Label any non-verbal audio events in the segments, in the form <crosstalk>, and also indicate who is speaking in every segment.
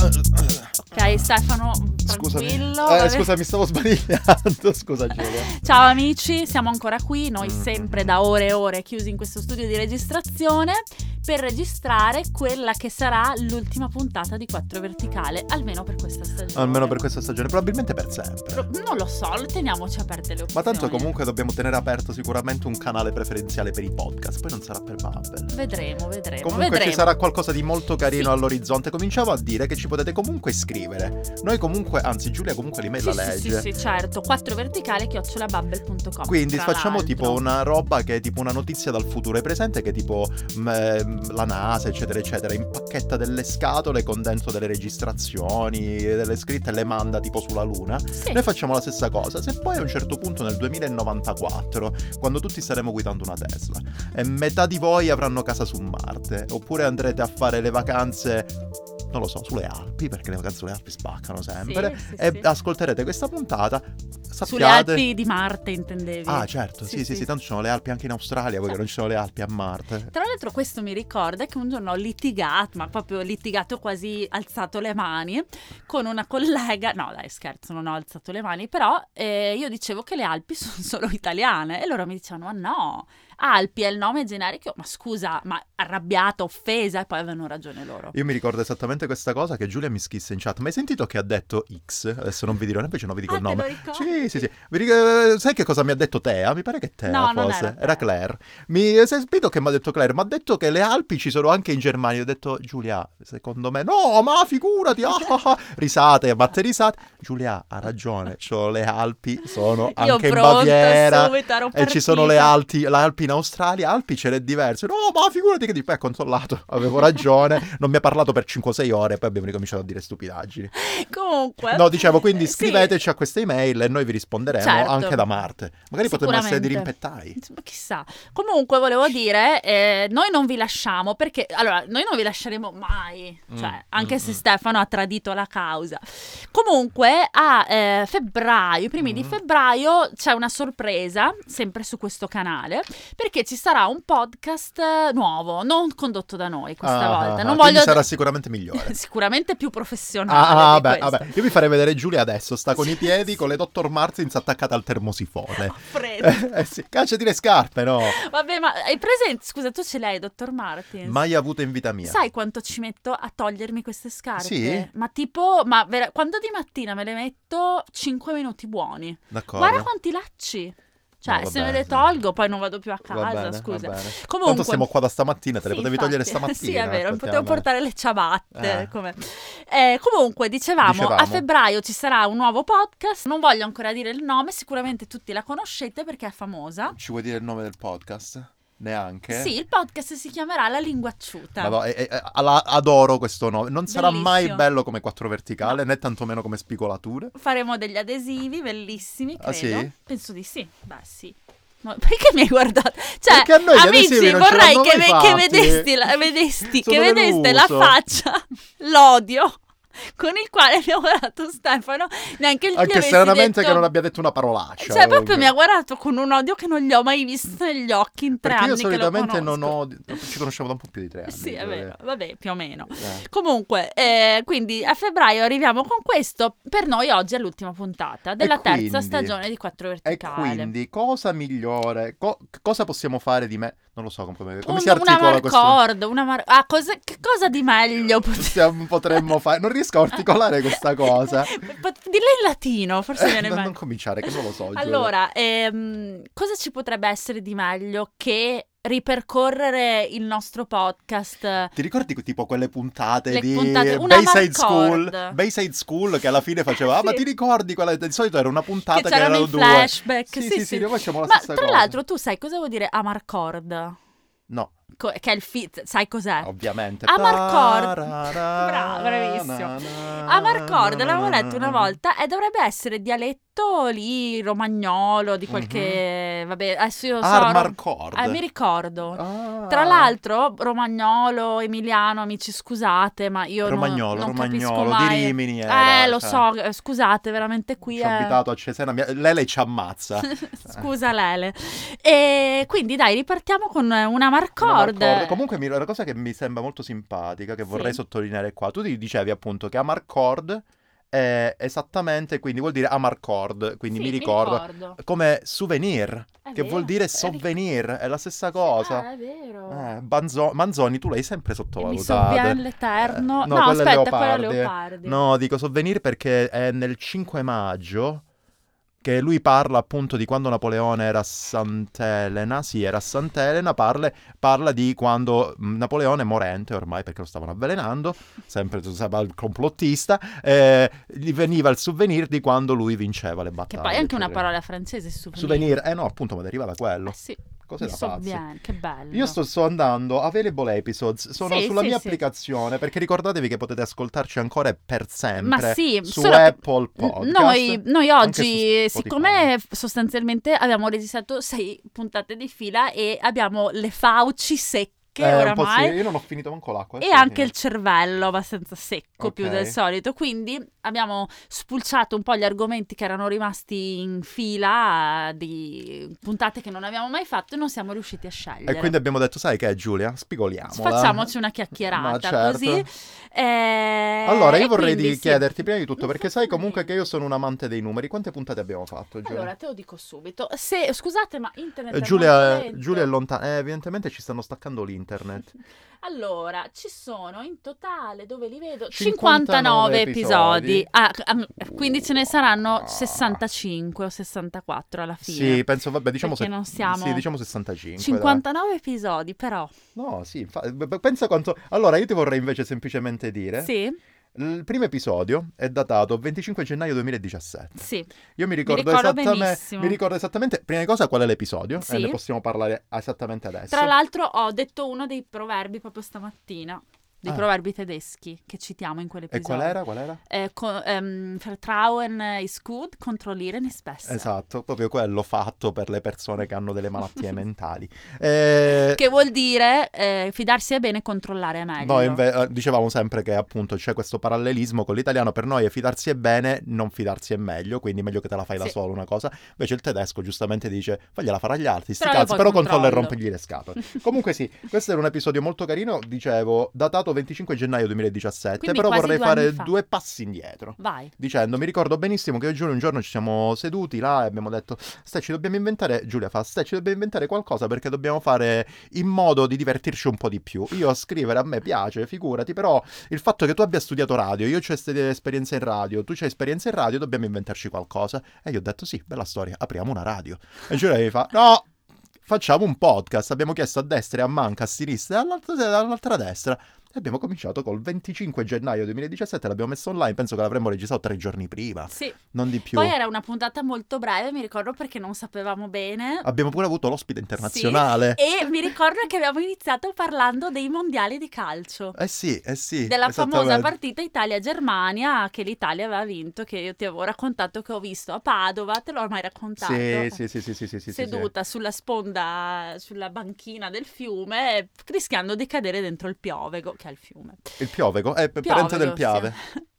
Speaker 1: Ok, Stefano,
Speaker 2: Scusami,
Speaker 1: tranquillo.
Speaker 2: Eh,
Speaker 1: vabbè.
Speaker 2: scusa, mi stavo <laughs> sbadigliando. Scusa, Giulia.
Speaker 1: Ciao amici, siamo ancora qui, noi
Speaker 2: Mm.
Speaker 1: sempre da ore e ore chiusi in questo studio di registrazione per registrare quella che sarà l'ultima puntata di 4 Verticale, almeno per questa stagione.
Speaker 2: Almeno per questa stagione, probabilmente per sempre.
Speaker 1: Pro- Non lo so, lo teniamoci aperte le opzioni.
Speaker 2: Ma tanto comunque dobbiamo tenere aperto sicuramente un canale preferenziale per i podcast, poi non sarà per Bubble.
Speaker 1: Vedremo, vedremo.
Speaker 2: Comunque
Speaker 1: Eh, vedremo.
Speaker 2: ci sarà qualcosa di molto carino
Speaker 1: Sì.
Speaker 2: all'orizzonte. Cominciamo a dire che ci potete comunque scrivere. Noi comunque, anzi Giulia comunque l'email la
Speaker 1: Sì, sì,
Speaker 2: legge.
Speaker 1: sì, sì, certo. 4 verticale chiocciolabubble.com.
Speaker 2: Quindi
Speaker 1: tra
Speaker 2: facciamo
Speaker 1: l'altro.
Speaker 2: tipo una roba che è tipo una notizia dal futuro e presente, che è tipo mh, ehm, la NASA, eccetera, eccetera, impacchetta delle scatole con dentro delle registrazioni, delle scritte e le manda tipo sulla Luna.
Speaker 1: Sì.
Speaker 2: Noi facciamo la stessa cosa, se poi a un certo punto nel 2094, quando tutti staremo guidando una Tesla, e metà di voi avranno casa su Marte, oppure andrete a fare le vacanze, non lo so, sulle Alpi, perché le vacanze sulle Alpi spaccano sempre,
Speaker 1: Sì, sì,
Speaker 2: e
Speaker 1: sì.
Speaker 2: ascolterete questa puntata,
Speaker 1: Sulle
Speaker 2: sappiate...
Speaker 1: Alpi di Marte intendevi.
Speaker 2: Ah, certo, sì, sì, sì, tanto ci sono le Alpi anche in Australia, voi che non ci sono le Alpi a Marte.
Speaker 1: Tra l'altro questo mi ricorda che un giorno ho litigato, ma proprio litigato, ho quasi alzato le mani con una collega, no dai scherzo, non ho alzato le mani, però eh, io dicevo che le Alpi <laughs> sono solo italiane e loro mi dicevano ma no, Alpi è il nome generico, ma scusa, ma arrabbiata, offesa e poi avevano ragione loro.
Speaker 2: Io mi ricordo esattamente questa cosa che Giulia mi schisse in chat. Ma hai sentito che ha detto X? Adesso non vi dirò, invece non vi dico
Speaker 1: Ah,
Speaker 2: il
Speaker 1: te lo
Speaker 2: nome.
Speaker 1: ricordi?
Speaker 2: Sì, sì, sì. Vi ric- eh, sai che cosa mi ha detto Tea? Mi pare che Tea
Speaker 1: No, non
Speaker 2: fosse.
Speaker 1: era Tea.
Speaker 2: Claire. Mi eh, hai sentito che mi ha detto Claire? Mi ha detto che le Alpi ci sono anche in Germania. Io Ho detto Giulia, secondo me no, ma figurati. ah, ah, ah." Risate, batte risate. Giulia ha ragione, cioè, le Alpi sono
Speaker 1: io
Speaker 2: anche in
Speaker 1: pronta
Speaker 2: Baviera.
Speaker 1: subito, ero
Speaker 2: E ci sono le
Speaker 1: partita.
Speaker 2: Alpi, le Alpi in Australia, Alpi ce n'è diverse. No, ma figurati che dico, eh, controllato, <laughs> avevo ragione, non mi ha parlato per 5-6 ore e poi abbiamo ricominciato a dire stupidaggini.
Speaker 1: Comunque... eh,
Speaker 2: No, dicevo, quindi
Speaker 1: Sì.
Speaker 2: scriveteci a queste email e noi vi risponderemo
Speaker 1: Certo.
Speaker 2: anche da Marte. Magari potremmo essere di
Speaker 1: Sicuramente.
Speaker 2: rimpettai.
Speaker 1: Ma Chissà. Comunque volevo dire, eh, noi non vi lasciamo perché, allora, noi non vi lasceremo mai,
Speaker 2: Mm,
Speaker 1: cioè, anche
Speaker 2: mm,
Speaker 1: se
Speaker 2: mm.
Speaker 1: Stefano ha tradito la causa. Comunque a eh, febbraio, i primi di
Speaker 2: Mm.
Speaker 1: febbraio, c'è una sorpresa, sempre su questo canale, perché ci sarà un podcast eh, nuovo, non condotto da noi questa
Speaker 2: Ah,
Speaker 1: volta.
Speaker 2: ah,
Speaker 1: Non
Speaker 2: ah,
Speaker 1: voglio...
Speaker 2: quindi sarà sicuramente migliore.
Speaker 1: <laughs> Sicuramente più professionale.
Speaker 2: Ah,
Speaker 1: di
Speaker 2: vabbè,
Speaker 1: questo.
Speaker 2: vabbè. Io vi farei vedere Giulia adesso, sta con i piedi, con le Dr. Martins attaccate al
Speaker 1: <laughs>
Speaker 2: termosifone.
Speaker 1: Freddo.
Speaker 2: <laughs> Eh, eh sì, cacciati le scarpe, no?
Speaker 1: Vabbè, ma hai presente? Scusa, tu ce l'hai, dottor Martins?
Speaker 2: Mai avuto in vita mia.
Speaker 1: Sai quanto ci metto a togliermi queste scarpe?
Speaker 2: Sì?
Speaker 1: Ma tipo, ma vera- quando di mattina me le metto 5 minuti buoni.
Speaker 2: D'accordo.
Speaker 1: Guarda quanti lacci. Cioè,
Speaker 2: No,
Speaker 1: se
Speaker 2: vabbè,
Speaker 1: me le
Speaker 2: sì.
Speaker 1: toglio poi non vado più a
Speaker 2: Va
Speaker 1: casa,
Speaker 2: bene, va
Speaker 1: scusa.
Speaker 2: bene.
Speaker 1: Comunque
Speaker 2: Tanto siamo qua da stamattina, te le
Speaker 1: <laughs> Sì,
Speaker 2: potevi togliere
Speaker 1: infatti.
Speaker 2: stamattina. eh.
Speaker 1: Sì, è vero, potevo
Speaker 2: effettivamente.
Speaker 1: portare le ciabatte.
Speaker 2: Eh.
Speaker 1: come- Eh, comunque, dicevamo,
Speaker 2: Dicevamo.
Speaker 1: a febbraio ci sarà un nuovo podcast. Non voglio ancora dire il nome, sicuramente tutti la conoscete perché è famosa.
Speaker 2: Ci vuoi dire il nome del podcast? Neanche?
Speaker 1: Sì, il podcast si chiamerà La Linguacciuta.
Speaker 2: Madò, eh, eh, ala- adoro questo nome. Non sarà mai
Speaker 1: Bellissimo.
Speaker 2: bello come quattro verticale, né tantomeno come spigolature.
Speaker 1: faremo degli adesivi bellissimi, credo.
Speaker 2: Ah, sì?
Speaker 1: Penso di sì. Beh, sì. No, <laughs> perché mi hai guardato? Cioè,
Speaker 2: Perché a noi gli adesivi
Speaker 1: amici,
Speaker 2: non ce
Speaker 1: vorrei
Speaker 2: l'hanno
Speaker 1: che,
Speaker 2: mai
Speaker 1: ve- che
Speaker 2: fatti.
Speaker 1: vedesti, la,
Speaker 2: <laughs>
Speaker 1: vedesti-
Speaker 2: Sono
Speaker 1: che vedeste la
Speaker 2: deluso.
Speaker 1: faccia, <laughs> l'odio con il quale mi ha guardato Stefano, neanche il gli
Speaker 2: Anche
Speaker 1: avessi
Speaker 2: stranamente
Speaker 1: detto-
Speaker 2: che non abbia detto una parolaccia.
Speaker 1: Cioè, proprio
Speaker 2: comunque.
Speaker 1: mi ha guardato con un odio che non gli ho mai visto negli occhi in tre
Speaker 2: Perché
Speaker 1: anni
Speaker 2: io
Speaker 1: che lo
Speaker 2: solitamente non
Speaker 1: conosco.
Speaker 2: ho. Ci conosciamo da un po' più di tre anni.
Speaker 1: Sì, è
Speaker 2: devo
Speaker 1: vero, vabbè, più o meno.
Speaker 2: dire. Eh.
Speaker 1: Comunque, eh, quindi a febbraio arriviamo con questo. Per noi oggi è l'ultima puntata della terza
Speaker 2: quindi-
Speaker 1: stagione di Quattro
Speaker 2: E
Speaker 1: Verticale.
Speaker 2: quindi cosa migliore? Co- cosa possiamo fare di me? Non lo so come, come
Speaker 1: Un-
Speaker 2: si
Speaker 1: una
Speaker 2: articola questo.
Speaker 1: Marcord, una Mar- ah, cosa, che cosa di meglio potremmo
Speaker 2: Possiamo- potremmo fare. Non riesco a articolare questa
Speaker 1: <laughs>
Speaker 2: cosa.
Speaker 1: Dille in latino, forse
Speaker 2: Eh,
Speaker 1: viene
Speaker 2: non,
Speaker 1: meglio.
Speaker 2: non cominciare, che non lo so. Giulia.
Speaker 1: Allora, ehm, cosa ci potrebbe essere di meglio che ripercorrere il nostro podcast?
Speaker 2: Ti ricordi que- tipo quelle puntate
Speaker 1: Le
Speaker 2: di
Speaker 1: puntate- una
Speaker 2: Bayside
Speaker 1: Marcord.
Speaker 2: School? Bayside School che alla fine faceva, ah ma
Speaker 1: Sì.
Speaker 2: ti ricordi quella? Di solito era una puntata
Speaker 1: Che
Speaker 2: che,
Speaker 1: c'erano
Speaker 2: erano
Speaker 1: i
Speaker 2: due.
Speaker 1: flashback,
Speaker 2: Sì,
Speaker 1: sì,
Speaker 2: sì, sì,
Speaker 1: sì.
Speaker 2: noi facciamo la
Speaker 1: Ma
Speaker 2: stessa
Speaker 1: tra
Speaker 2: cosa.
Speaker 1: l'altro tu sai cosa vuol dire Amarcord?
Speaker 2: No,
Speaker 1: Co- che è il fit, sai cos'è?
Speaker 2: ovviamente.
Speaker 1: Amarcord.
Speaker 2: Bravo,
Speaker 1: Brava, bravissimo. Amarcord, l'avevo letto una volta, e dovrebbe essere dialetto lì romagnolo di qualche... Vabbè, adesso io so...
Speaker 2: Armarcord.
Speaker 1: Eh, mi ricordo.
Speaker 2: Mm-hmm. Ah.
Speaker 1: Tra l'altro, romagnolo, emiliano, amici, scusate, ma io non-
Speaker 2: Romagnolo,
Speaker 1: non,
Speaker 2: romagnolo,
Speaker 1: capisco
Speaker 2: di
Speaker 1: mai.
Speaker 2: Rimini era,
Speaker 1: eh, lo
Speaker 2: cioè.
Speaker 1: so, eh, scusate, veramente qui
Speaker 2: Ci
Speaker 1: è...
Speaker 2: ho
Speaker 1: <laughs>
Speaker 2: Eh. abitato a Cesena, mia- Lele ci ammazza.
Speaker 1: Scusa Lele. E quindi dai, ripartiamo con una Marcord,
Speaker 2: Una
Speaker 1: Amarcord.
Speaker 2: Amarcord. Comunque mi- una cosa che mi sembra molto simpatica, che
Speaker 1: Sì.
Speaker 2: vorrei sottolineare qua, tu ti dicevi appunto che Amarcord è esattamente, quindi vuol dire Amarcord, quindi
Speaker 1: Sì,
Speaker 2: mi ricordo, come souvenir,
Speaker 1: È
Speaker 2: che
Speaker 1: vero,
Speaker 2: vuol dire
Speaker 1: è vero.
Speaker 2: souvenir, è la stessa cosa.
Speaker 1: Ah, è vero.
Speaker 2: Eh, Banzo- Manzoni, tu l'hai sempre
Speaker 1: E mi
Speaker 2: sottovalutata.
Speaker 1: sovviene l'Eterno.
Speaker 2: Eh,
Speaker 1: no,
Speaker 2: no, quella è
Speaker 1: aspetta, quella è
Speaker 2: Leopardi.
Speaker 1: Leopardi.
Speaker 2: No, dico souvenir perché è nel 5 maggio che lui parla appunto di quando Napoleone era a Sant'Elena, sì, era a Sant'Elena, parla, parla di quando mh, Napoleone morente ormai perché lo stavano
Speaker 1: <laughs>
Speaker 2: avvelenando, sempre tu sai, il complottista, eh, gli veniva il souvenir di quando lui vinceva le
Speaker 1: Che
Speaker 2: battaglie.
Speaker 1: poi è anche una
Speaker 2: eccetera.
Speaker 1: parola francese, souvenir.
Speaker 2: Souvenir, eh no, appunto, ma deriva da quello.
Speaker 1: Eh sì,
Speaker 2: Cose
Speaker 1: mi
Speaker 2: da pazzi.
Speaker 1: sovviene, che bello.
Speaker 2: Io sto, sto andando, available episodes, sono
Speaker 1: Sì,
Speaker 2: sulla
Speaker 1: sì,
Speaker 2: mia
Speaker 1: sì.
Speaker 2: applicazione perché ricordatevi che potete ascoltarci ancora e per sempre
Speaker 1: Ma sì,
Speaker 2: su
Speaker 1: solo che
Speaker 2: Apple Podcast.
Speaker 1: Noi, noi
Speaker 2: anche
Speaker 1: oggi,
Speaker 2: su Spotify.
Speaker 1: siccome sostanzialmente abbiamo registrato sei puntate di fila e abbiamo le fauci secche
Speaker 2: Eh, un po'
Speaker 1: oramai,
Speaker 2: sì, io non ho finito manco l'acqua. eh,
Speaker 1: E
Speaker 2: stamattina.
Speaker 1: anche il cervello abbastanza secco
Speaker 2: Ok.
Speaker 1: più del solito, quindi abbiamo spulciato un po' gli argomenti che erano rimasti in fila eh, di puntate che non abbiamo mai fatto e non siamo riusciti a scegliere.
Speaker 2: E quindi abbiamo detto, sai che è Giulia? Spigoliamola.
Speaker 1: Facciamoci una
Speaker 2: Ma
Speaker 1: chiacchierata
Speaker 2: certo.
Speaker 1: così. eh,
Speaker 2: Allora,
Speaker 1: e
Speaker 2: io vorrei
Speaker 1: quindi
Speaker 2: di-
Speaker 1: sì.
Speaker 2: chiederti prima di tutto,
Speaker 1: Non
Speaker 2: perché
Speaker 1: so
Speaker 2: sai comunque
Speaker 1: come-
Speaker 2: che io sono un amante dei numeri. Quante puntate abbiamo fatto, Giulia?
Speaker 1: Allora, te lo dico subito. Se, scusate, ma internet
Speaker 2: Eh,
Speaker 1: è molto
Speaker 2: Giulia,
Speaker 1: lento.
Speaker 2: Giulia è lontana. Eh, evidentemente ci stanno staccando l'internet.
Speaker 1: Allora, ci sono in totale, dove li vedo,
Speaker 2: 59
Speaker 1: 59
Speaker 2: episodi. Uh.
Speaker 1: episodi. Ah, c- ah, quindi ce ne saranno
Speaker 2: Ah.
Speaker 1: 65 o 64 alla fine.
Speaker 2: Sì, penso, vabbè, diciamo,
Speaker 1: Perché
Speaker 2: se-
Speaker 1: non siamo-
Speaker 2: sì, diciamo 65. dai.
Speaker 1: 59 episodi, però.
Speaker 2: No, sì, infa- b- b- pensa quanto... Allora, io ti vorrei invece semplicemente dire...
Speaker 1: Sì,
Speaker 2: Il primo episodio è datato 25 gennaio 2017.
Speaker 1: sì.
Speaker 2: Io mi ricordo,
Speaker 1: ricordo
Speaker 2: esattamente...
Speaker 1: benissimo.
Speaker 2: Mi ricordo esattamente, prima di cosa, qual è l'episodio.
Speaker 1: Sì.
Speaker 2: E ne possiamo parlare esattamente adesso.
Speaker 1: Tra l'altro ho detto uno dei proverbi proprio stamattina, dei
Speaker 2: Ah.
Speaker 1: proverbi tedeschi che citiamo in
Speaker 2: E
Speaker 1: quell'episodio.
Speaker 2: qual era? Qual era?
Speaker 1: Eh, co- ehm, Vertrauen ist gut, controllieren ist besser.
Speaker 2: Esatto, proprio quello fatto per le persone che hanno delle
Speaker 1: <laughs>
Speaker 2: malattie mentali. Eh,
Speaker 1: Che vuol dire eh, fidarsi è bene, controllare è meglio.
Speaker 2: Noi inve- eh, dicevamo sempre che appunto c'è questo parallelismo con l'italiano, per noi è fidarsi è bene, non fidarsi è meglio, quindi meglio che te la fai da
Speaker 1: Sì.
Speaker 2: solo una cosa, invece il tedesco giustamente dice fagliela fare agli altri, sti
Speaker 1: Però io
Speaker 2: cazzi,
Speaker 1: poi
Speaker 2: però controlla e
Speaker 1: controllo.
Speaker 2: rompigli le
Speaker 1: <laughs>
Speaker 2: scatole. Comunque sì, questo era un episodio molto carino, dicevo, datato 25 gennaio 2017,
Speaker 1: Quindi
Speaker 2: però
Speaker 1: quasi
Speaker 2: vorrei
Speaker 1: due
Speaker 2: fare
Speaker 1: anni fa.
Speaker 2: due passi indietro.
Speaker 1: Vai.
Speaker 2: Dicendo, mi ricordo benissimo che oggi un giorno ci siamo seduti là e abbiamo detto, stai ci dobbiamo inventare, Giulia fa, stai ci dobbiamo inventare qualcosa perché dobbiamo fare in modo di divertirci un po' di più. Io a scrivere a me piace, figurati, però il fatto che tu abbia studiato radio, io ho esperienza in radio, tu c'hai esperienza in radio, dobbiamo inventarci qualcosa. E io ho detto sì, bella storia, apriamo una radio. E Giulia mi fa, no, facciamo un podcast. Abbiamo chiesto a destra e a manca, a sinistra e all'altra, all'altra destra. E abbiamo cominciato col 25 gennaio 2017, l'abbiamo messo online, penso che l'avremmo registrato tre giorni prima,
Speaker 1: Sì.
Speaker 2: non di più.
Speaker 1: Poi era una puntata molto breve, mi ricordo perché non sapevamo bene.
Speaker 2: Abbiamo pure avuto l'ospite internazionale.
Speaker 1: E mi ricordo che abbiamo iniziato parlando dei mondiali di calcio.
Speaker 2: Eh sì, eh sì.
Speaker 1: Della famosa
Speaker 2: esattamente.
Speaker 1: partita Italia-Germania che l'Italia aveva vinto, che io ti avevo raccontato che ho visto a Padova, te l'ho ormai raccontato.
Speaker 2: Sì, sì, sì, sì, sì, sì, sì, sì.
Speaker 1: Seduta sulla sponda, sulla banchina del fiume, rischiando di cadere dentro il piovego, che è il fiume.
Speaker 2: Il piovego, è
Speaker 1: Piovego,
Speaker 2: parente del piave.
Speaker 1: sì. <laughs>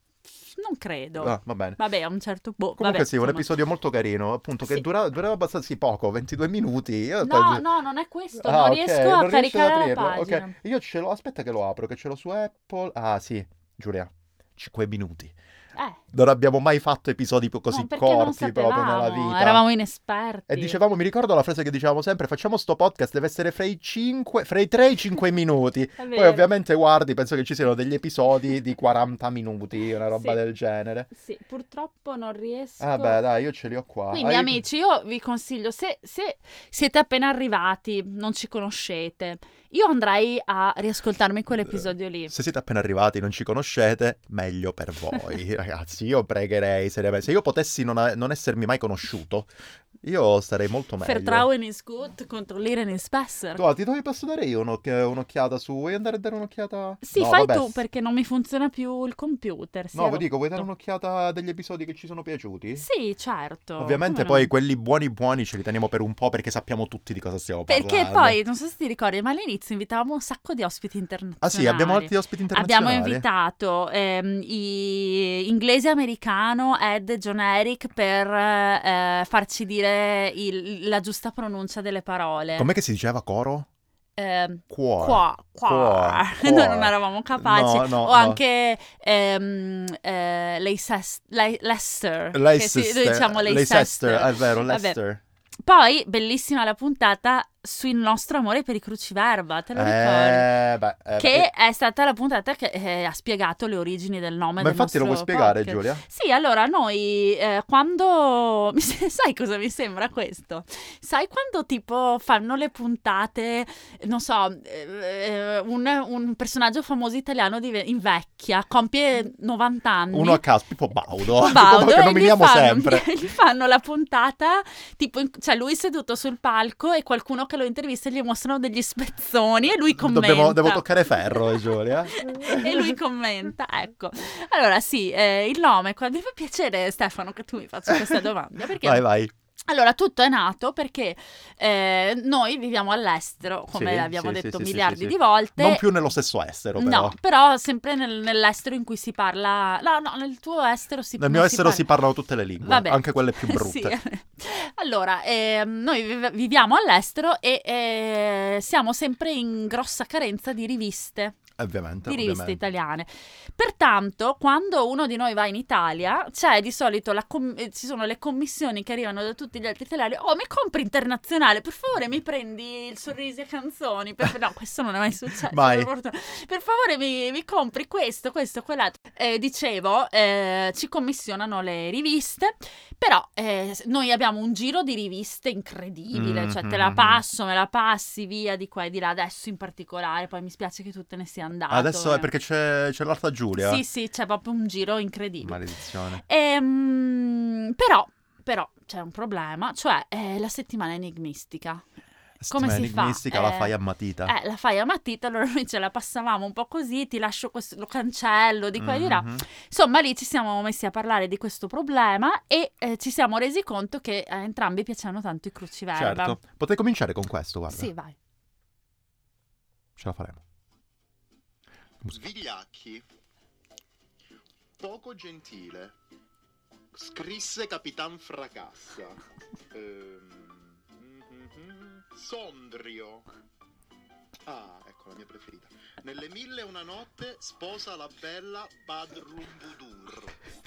Speaker 1: Non credo.
Speaker 2: Ah, va bene.
Speaker 1: Vabbè, a un certo boh,
Speaker 2: Comunque
Speaker 1: vabbè,
Speaker 2: sì, un
Speaker 1: insomma.
Speaker 2: episodio molto carino, appunto, che
Speaker 1: Sì.
Speaker 2: dura- durava abbastanza poco, 22 minuti. Io
Speaker 1: No,
Speaker 2: penso-
Speaker 1: no, non è questo,
Speaker 2: Eh, Ah,
Speaker 1: non
Speaker 2: ok,
Speaker 1: riesco a
Speaker 2: non riesci ad
Speaker 1: caricare la
Speaker 2: aprirlo, ok.
Speaker 1: pagina.
Speaker 2: Io ce l'ho, aspetta che lo apro, che ce l'ho su Apple. Ah sì, Giulia, 5 minuti.
Speaker 1: Eh,
Speaker 2: Non abbiamo mai fatto episodi po-
Speaker 1: no,
Speaker 2: così
Speaker 1: perché non
Speaker 2: corti
Speaker 1: sapevamo,
Speaker 2: proprio nella vita.
Speaker 1: Eravamo inesperti.
Speaker 2: E dicevamo, mi ricordo la frase che dicevamo sempre, facciamo sto podcast, deve essere fra i, 5, fra i 3 e i 5 minuti.
Speaker 1: È
Speaker 2: Poi
Speaker 1: vero.
Speaker 2: ovviamente guardi, penso che ci siano degli episodi di 40 minuti, una roba
Speaker 1: Sì.
Speaker 2: del genere.
Speaker 1: Sì, purtroppo non riesco.
Speaker 2: Ah beh, dai, io ce li ho qua.
Speaker 1: Quindi,
Speaker 2: Ah, io-
Speaker 1: amici, io vi consiglio, se, se siete appena arrivati, non ci conoscete, io andrei a riascoltarmi quell'episodio lì.
Speaker 2: Se siete appena arrivati, non ci conoscete, meglio
Speaker 1: <laughs>
Speaker 2: per voi, ragazzi. Io pregherei seriamente. Se io potessi non, a- non essermi mai conosciuto, io starei molto meglio.
Speaker 1: Vertrauen is gut, controllieren is besser.
Speaker 2: Guarda, ah, ti dovevi posso dare io un'oc- un'occhiata su. Vuoi andare a dare un'occhiata?
Speaker 1: Sì,
Speaker 2: No,
Speaker 1: fai
Speaker 2: vabbè.
Speaker 1: tu perché non mi funziona più il computer. si
Speaker 2: No,
Speaker 1: è
Speaker 2: vi dico, vuoi dare
Speaker 1: rotto.
Speaker 2: un'occhiata a degli episodi che ci sono piaciuti?
Speaker 1: Sì, certo.
Speaker 2: Ovviamente
Speaker 1: come
Speaker 2: poi
Speaker 1: no?
Speaker 2: quelli buoni buoni ce li teniamo per un po' perché sappiamo tutti di cosa stiamo parlando.
Speaker 1: Perché poi, non so se ti ricordi, ma all'inizio invitavamo un sacco di ospiti internazionali.
Speaker 2: Ah sì, abbiamo altri ospiti
Speaker 1: Abbiamo
Speaker 2: internazionali.
Speaker 1: invitato ehm, i- inglese americano Ed e John Eric per eh, farci dire il- la giusta pronuncia delle parole.
Speaker 2: Com'è che si diceva coro?
Speaker 1: ehm,
Speaker 2: Cuore.
Speaker 1: qua, qua.
Speaker 2: Cuore,
Speaker 1: Noi
Speaker 2: cuore.
Speaker 1: <laughs> non eravamo capaci.
Speaker 2: No, no,
Speaker 1: o
Speaker 2: no.
Speaker 1: anche ehm, eh, Leices- Le- Leicester. che
Speaker 2: Leicester.
Speaker 1: sì, noi diciamo
Speaker 2: Leicester,
Speaker 1: Leicester.
Speaker 2: è vero,
Speaker 1: Vabbè.
Speaker 2: Leicester.
Speaker 1: Poi, bellissima la puntata sul nostro amore per i cruciverba, te lo ricordi?
Speaker 2: Eh, beh, eh,
Speaker 1: Che è stata la puntata che eh, ha spiegato le origini del
Speaker 2: Ma
Speaker 1: nome del
Speaker 2: infatti lo vuoi
Speaker 1: nostro
Speaker 2: spiegare,
Speaker 1: podcast.
Speaker 2: Giulia?
Speaker 1: Sì, allora noi eh, quando... <laughs> mi se- Sai cosa mi sembra questo? Sai quando tipo fanno le puntate, non so, eh, eh, un, un personaggio famoso italiano dive- invecchia, compie 90 anni.
Speaker 2: Uno a caso, Pippo <laughs> Baudo. Pippo
Speaker 1: Baudo,
Speaker 2: Baudo Oh, che
Speaker 1: e
Speaker 2: nominiamo
Speaker 1: gli fanno,
Speaker 2: sempre.
Speaker 1: <laughs> Gli fanno la puntata, tipo, in- cioè lui seduto sul palco e qualcuno che lo intervista gli mostrano degli spezzoni e lui commenta.
Speaker 2: <laughs> Dobbiamo- devo eh? toccare ferro, eh,
Speaker 1: <laughs>
Speaker 2: Giulia.
Speaker 1: e lui commenta, ecco. Allora sì, eh, il nome, qua- mi fa piacere Stefano che tu mi faccia questa domanda, perché
Speaker 2: Vai, vai.
Speaker 1: allora, tutto è nato perché eh, noi viviamo all'estero, come
Speaker 2: Sì,
Speaker 1: abbiamo
Speaker 2: sì, sì,
Speaker 1: detto
Speaker 2: sì, sì,
Speaker 1: miliardi
Speaker 2: sì, sì.
Speaker 1: di volte.
Speaker 2: Non più nello stesso estero, però.
Speaker 1: No, però sempre nel- nell'estero in cui si parla... No, no, nel tuo estero si
Speaker 2: Nel
Speaker 1: non
Speaker 2: mio estero
Speaker 1: parla-
Speaker 2: si parlano tutte le lingue,
Speaker 1: Vabbè.
Speaker 2: anche quelle più brutte.
Speaker 1: <laughs> Sì. Allora, ehm, noi vive- viviamo all'estero e eh, siamo sempre in grossa carenza di riviste,
Speaker 2: Ovviamente.
Speaker 1: di riviste
Speaker 2: ovviamente.
Speaker 1: italiane. Pertanto, quando uno di noi va in Italia, c'è di solito la com- eh, ci sono le commissioni che arrivano da tutti gli altri italiani. Oh, mi compri internazionale, per favore, mi prendi il sorrisi e canzoni. Per- no, questo non è
Speaker 2: <laughs>
Speaker 1: mai successo.
Speaker 2: Mai.
Speaker 1: per fortuna. Per favore, mi, mi compri questo, questo, quell'altro. Eh, dicevo, eh, ci commissionano le riviste, però eh, s- noi abbiamo un giro di riviste incredibile, cioè te la
Speaker 2: Mhm.
Speaker 1: passo, me la passi via di qua e di là, adesso in particolare, poi mi spiace che tu te ne sia andato.
Speaker 2: Adesso è
Speaker 1: eh.
Speaker 2: perché c'è, c'è l'altra Giulia.
Speaker 1: Sì, sì, c'è proprio un giro incredibile.
Speaker 2: Maledizione.
Speaker 1: Ehm, però, però c'è un problema, cioè eh, la settimana enigmistica. Come
Speaker 2: Settimana
Speaker 1: si fa?
Speaker 2: enigmistica la
Speaker 1: Eh,
Speaker 2: fai a matita.
Speaker 1: Eh, la fai a matita, allora noi ce la passavamo un po' così, ti lascio questo, lo cancello di qua e di là.
Speaker 2: Mhm.
Speaker 1: Insomma, lì ci siamo messi a parlare di questo problema e eh, ci siamo resi conto che a entrambi piacevano tanto i cruciverba.
Speaker 2: Certo. Potrei cominciare con questo, guarda.
Speaker 1: Sì, vai.
Speaker 2: Ce la faremo. Musica.
Speaker 3: Vigliacchi. Poco gentile. Scrisse Capitan
Speaker 2: <laughs>
Speaker 3: Fracassa. Ehm, mhm. Sondrio. Ah, ecco la mia preferita. Nelle mille e una notte sposa la bella Badrumbudur.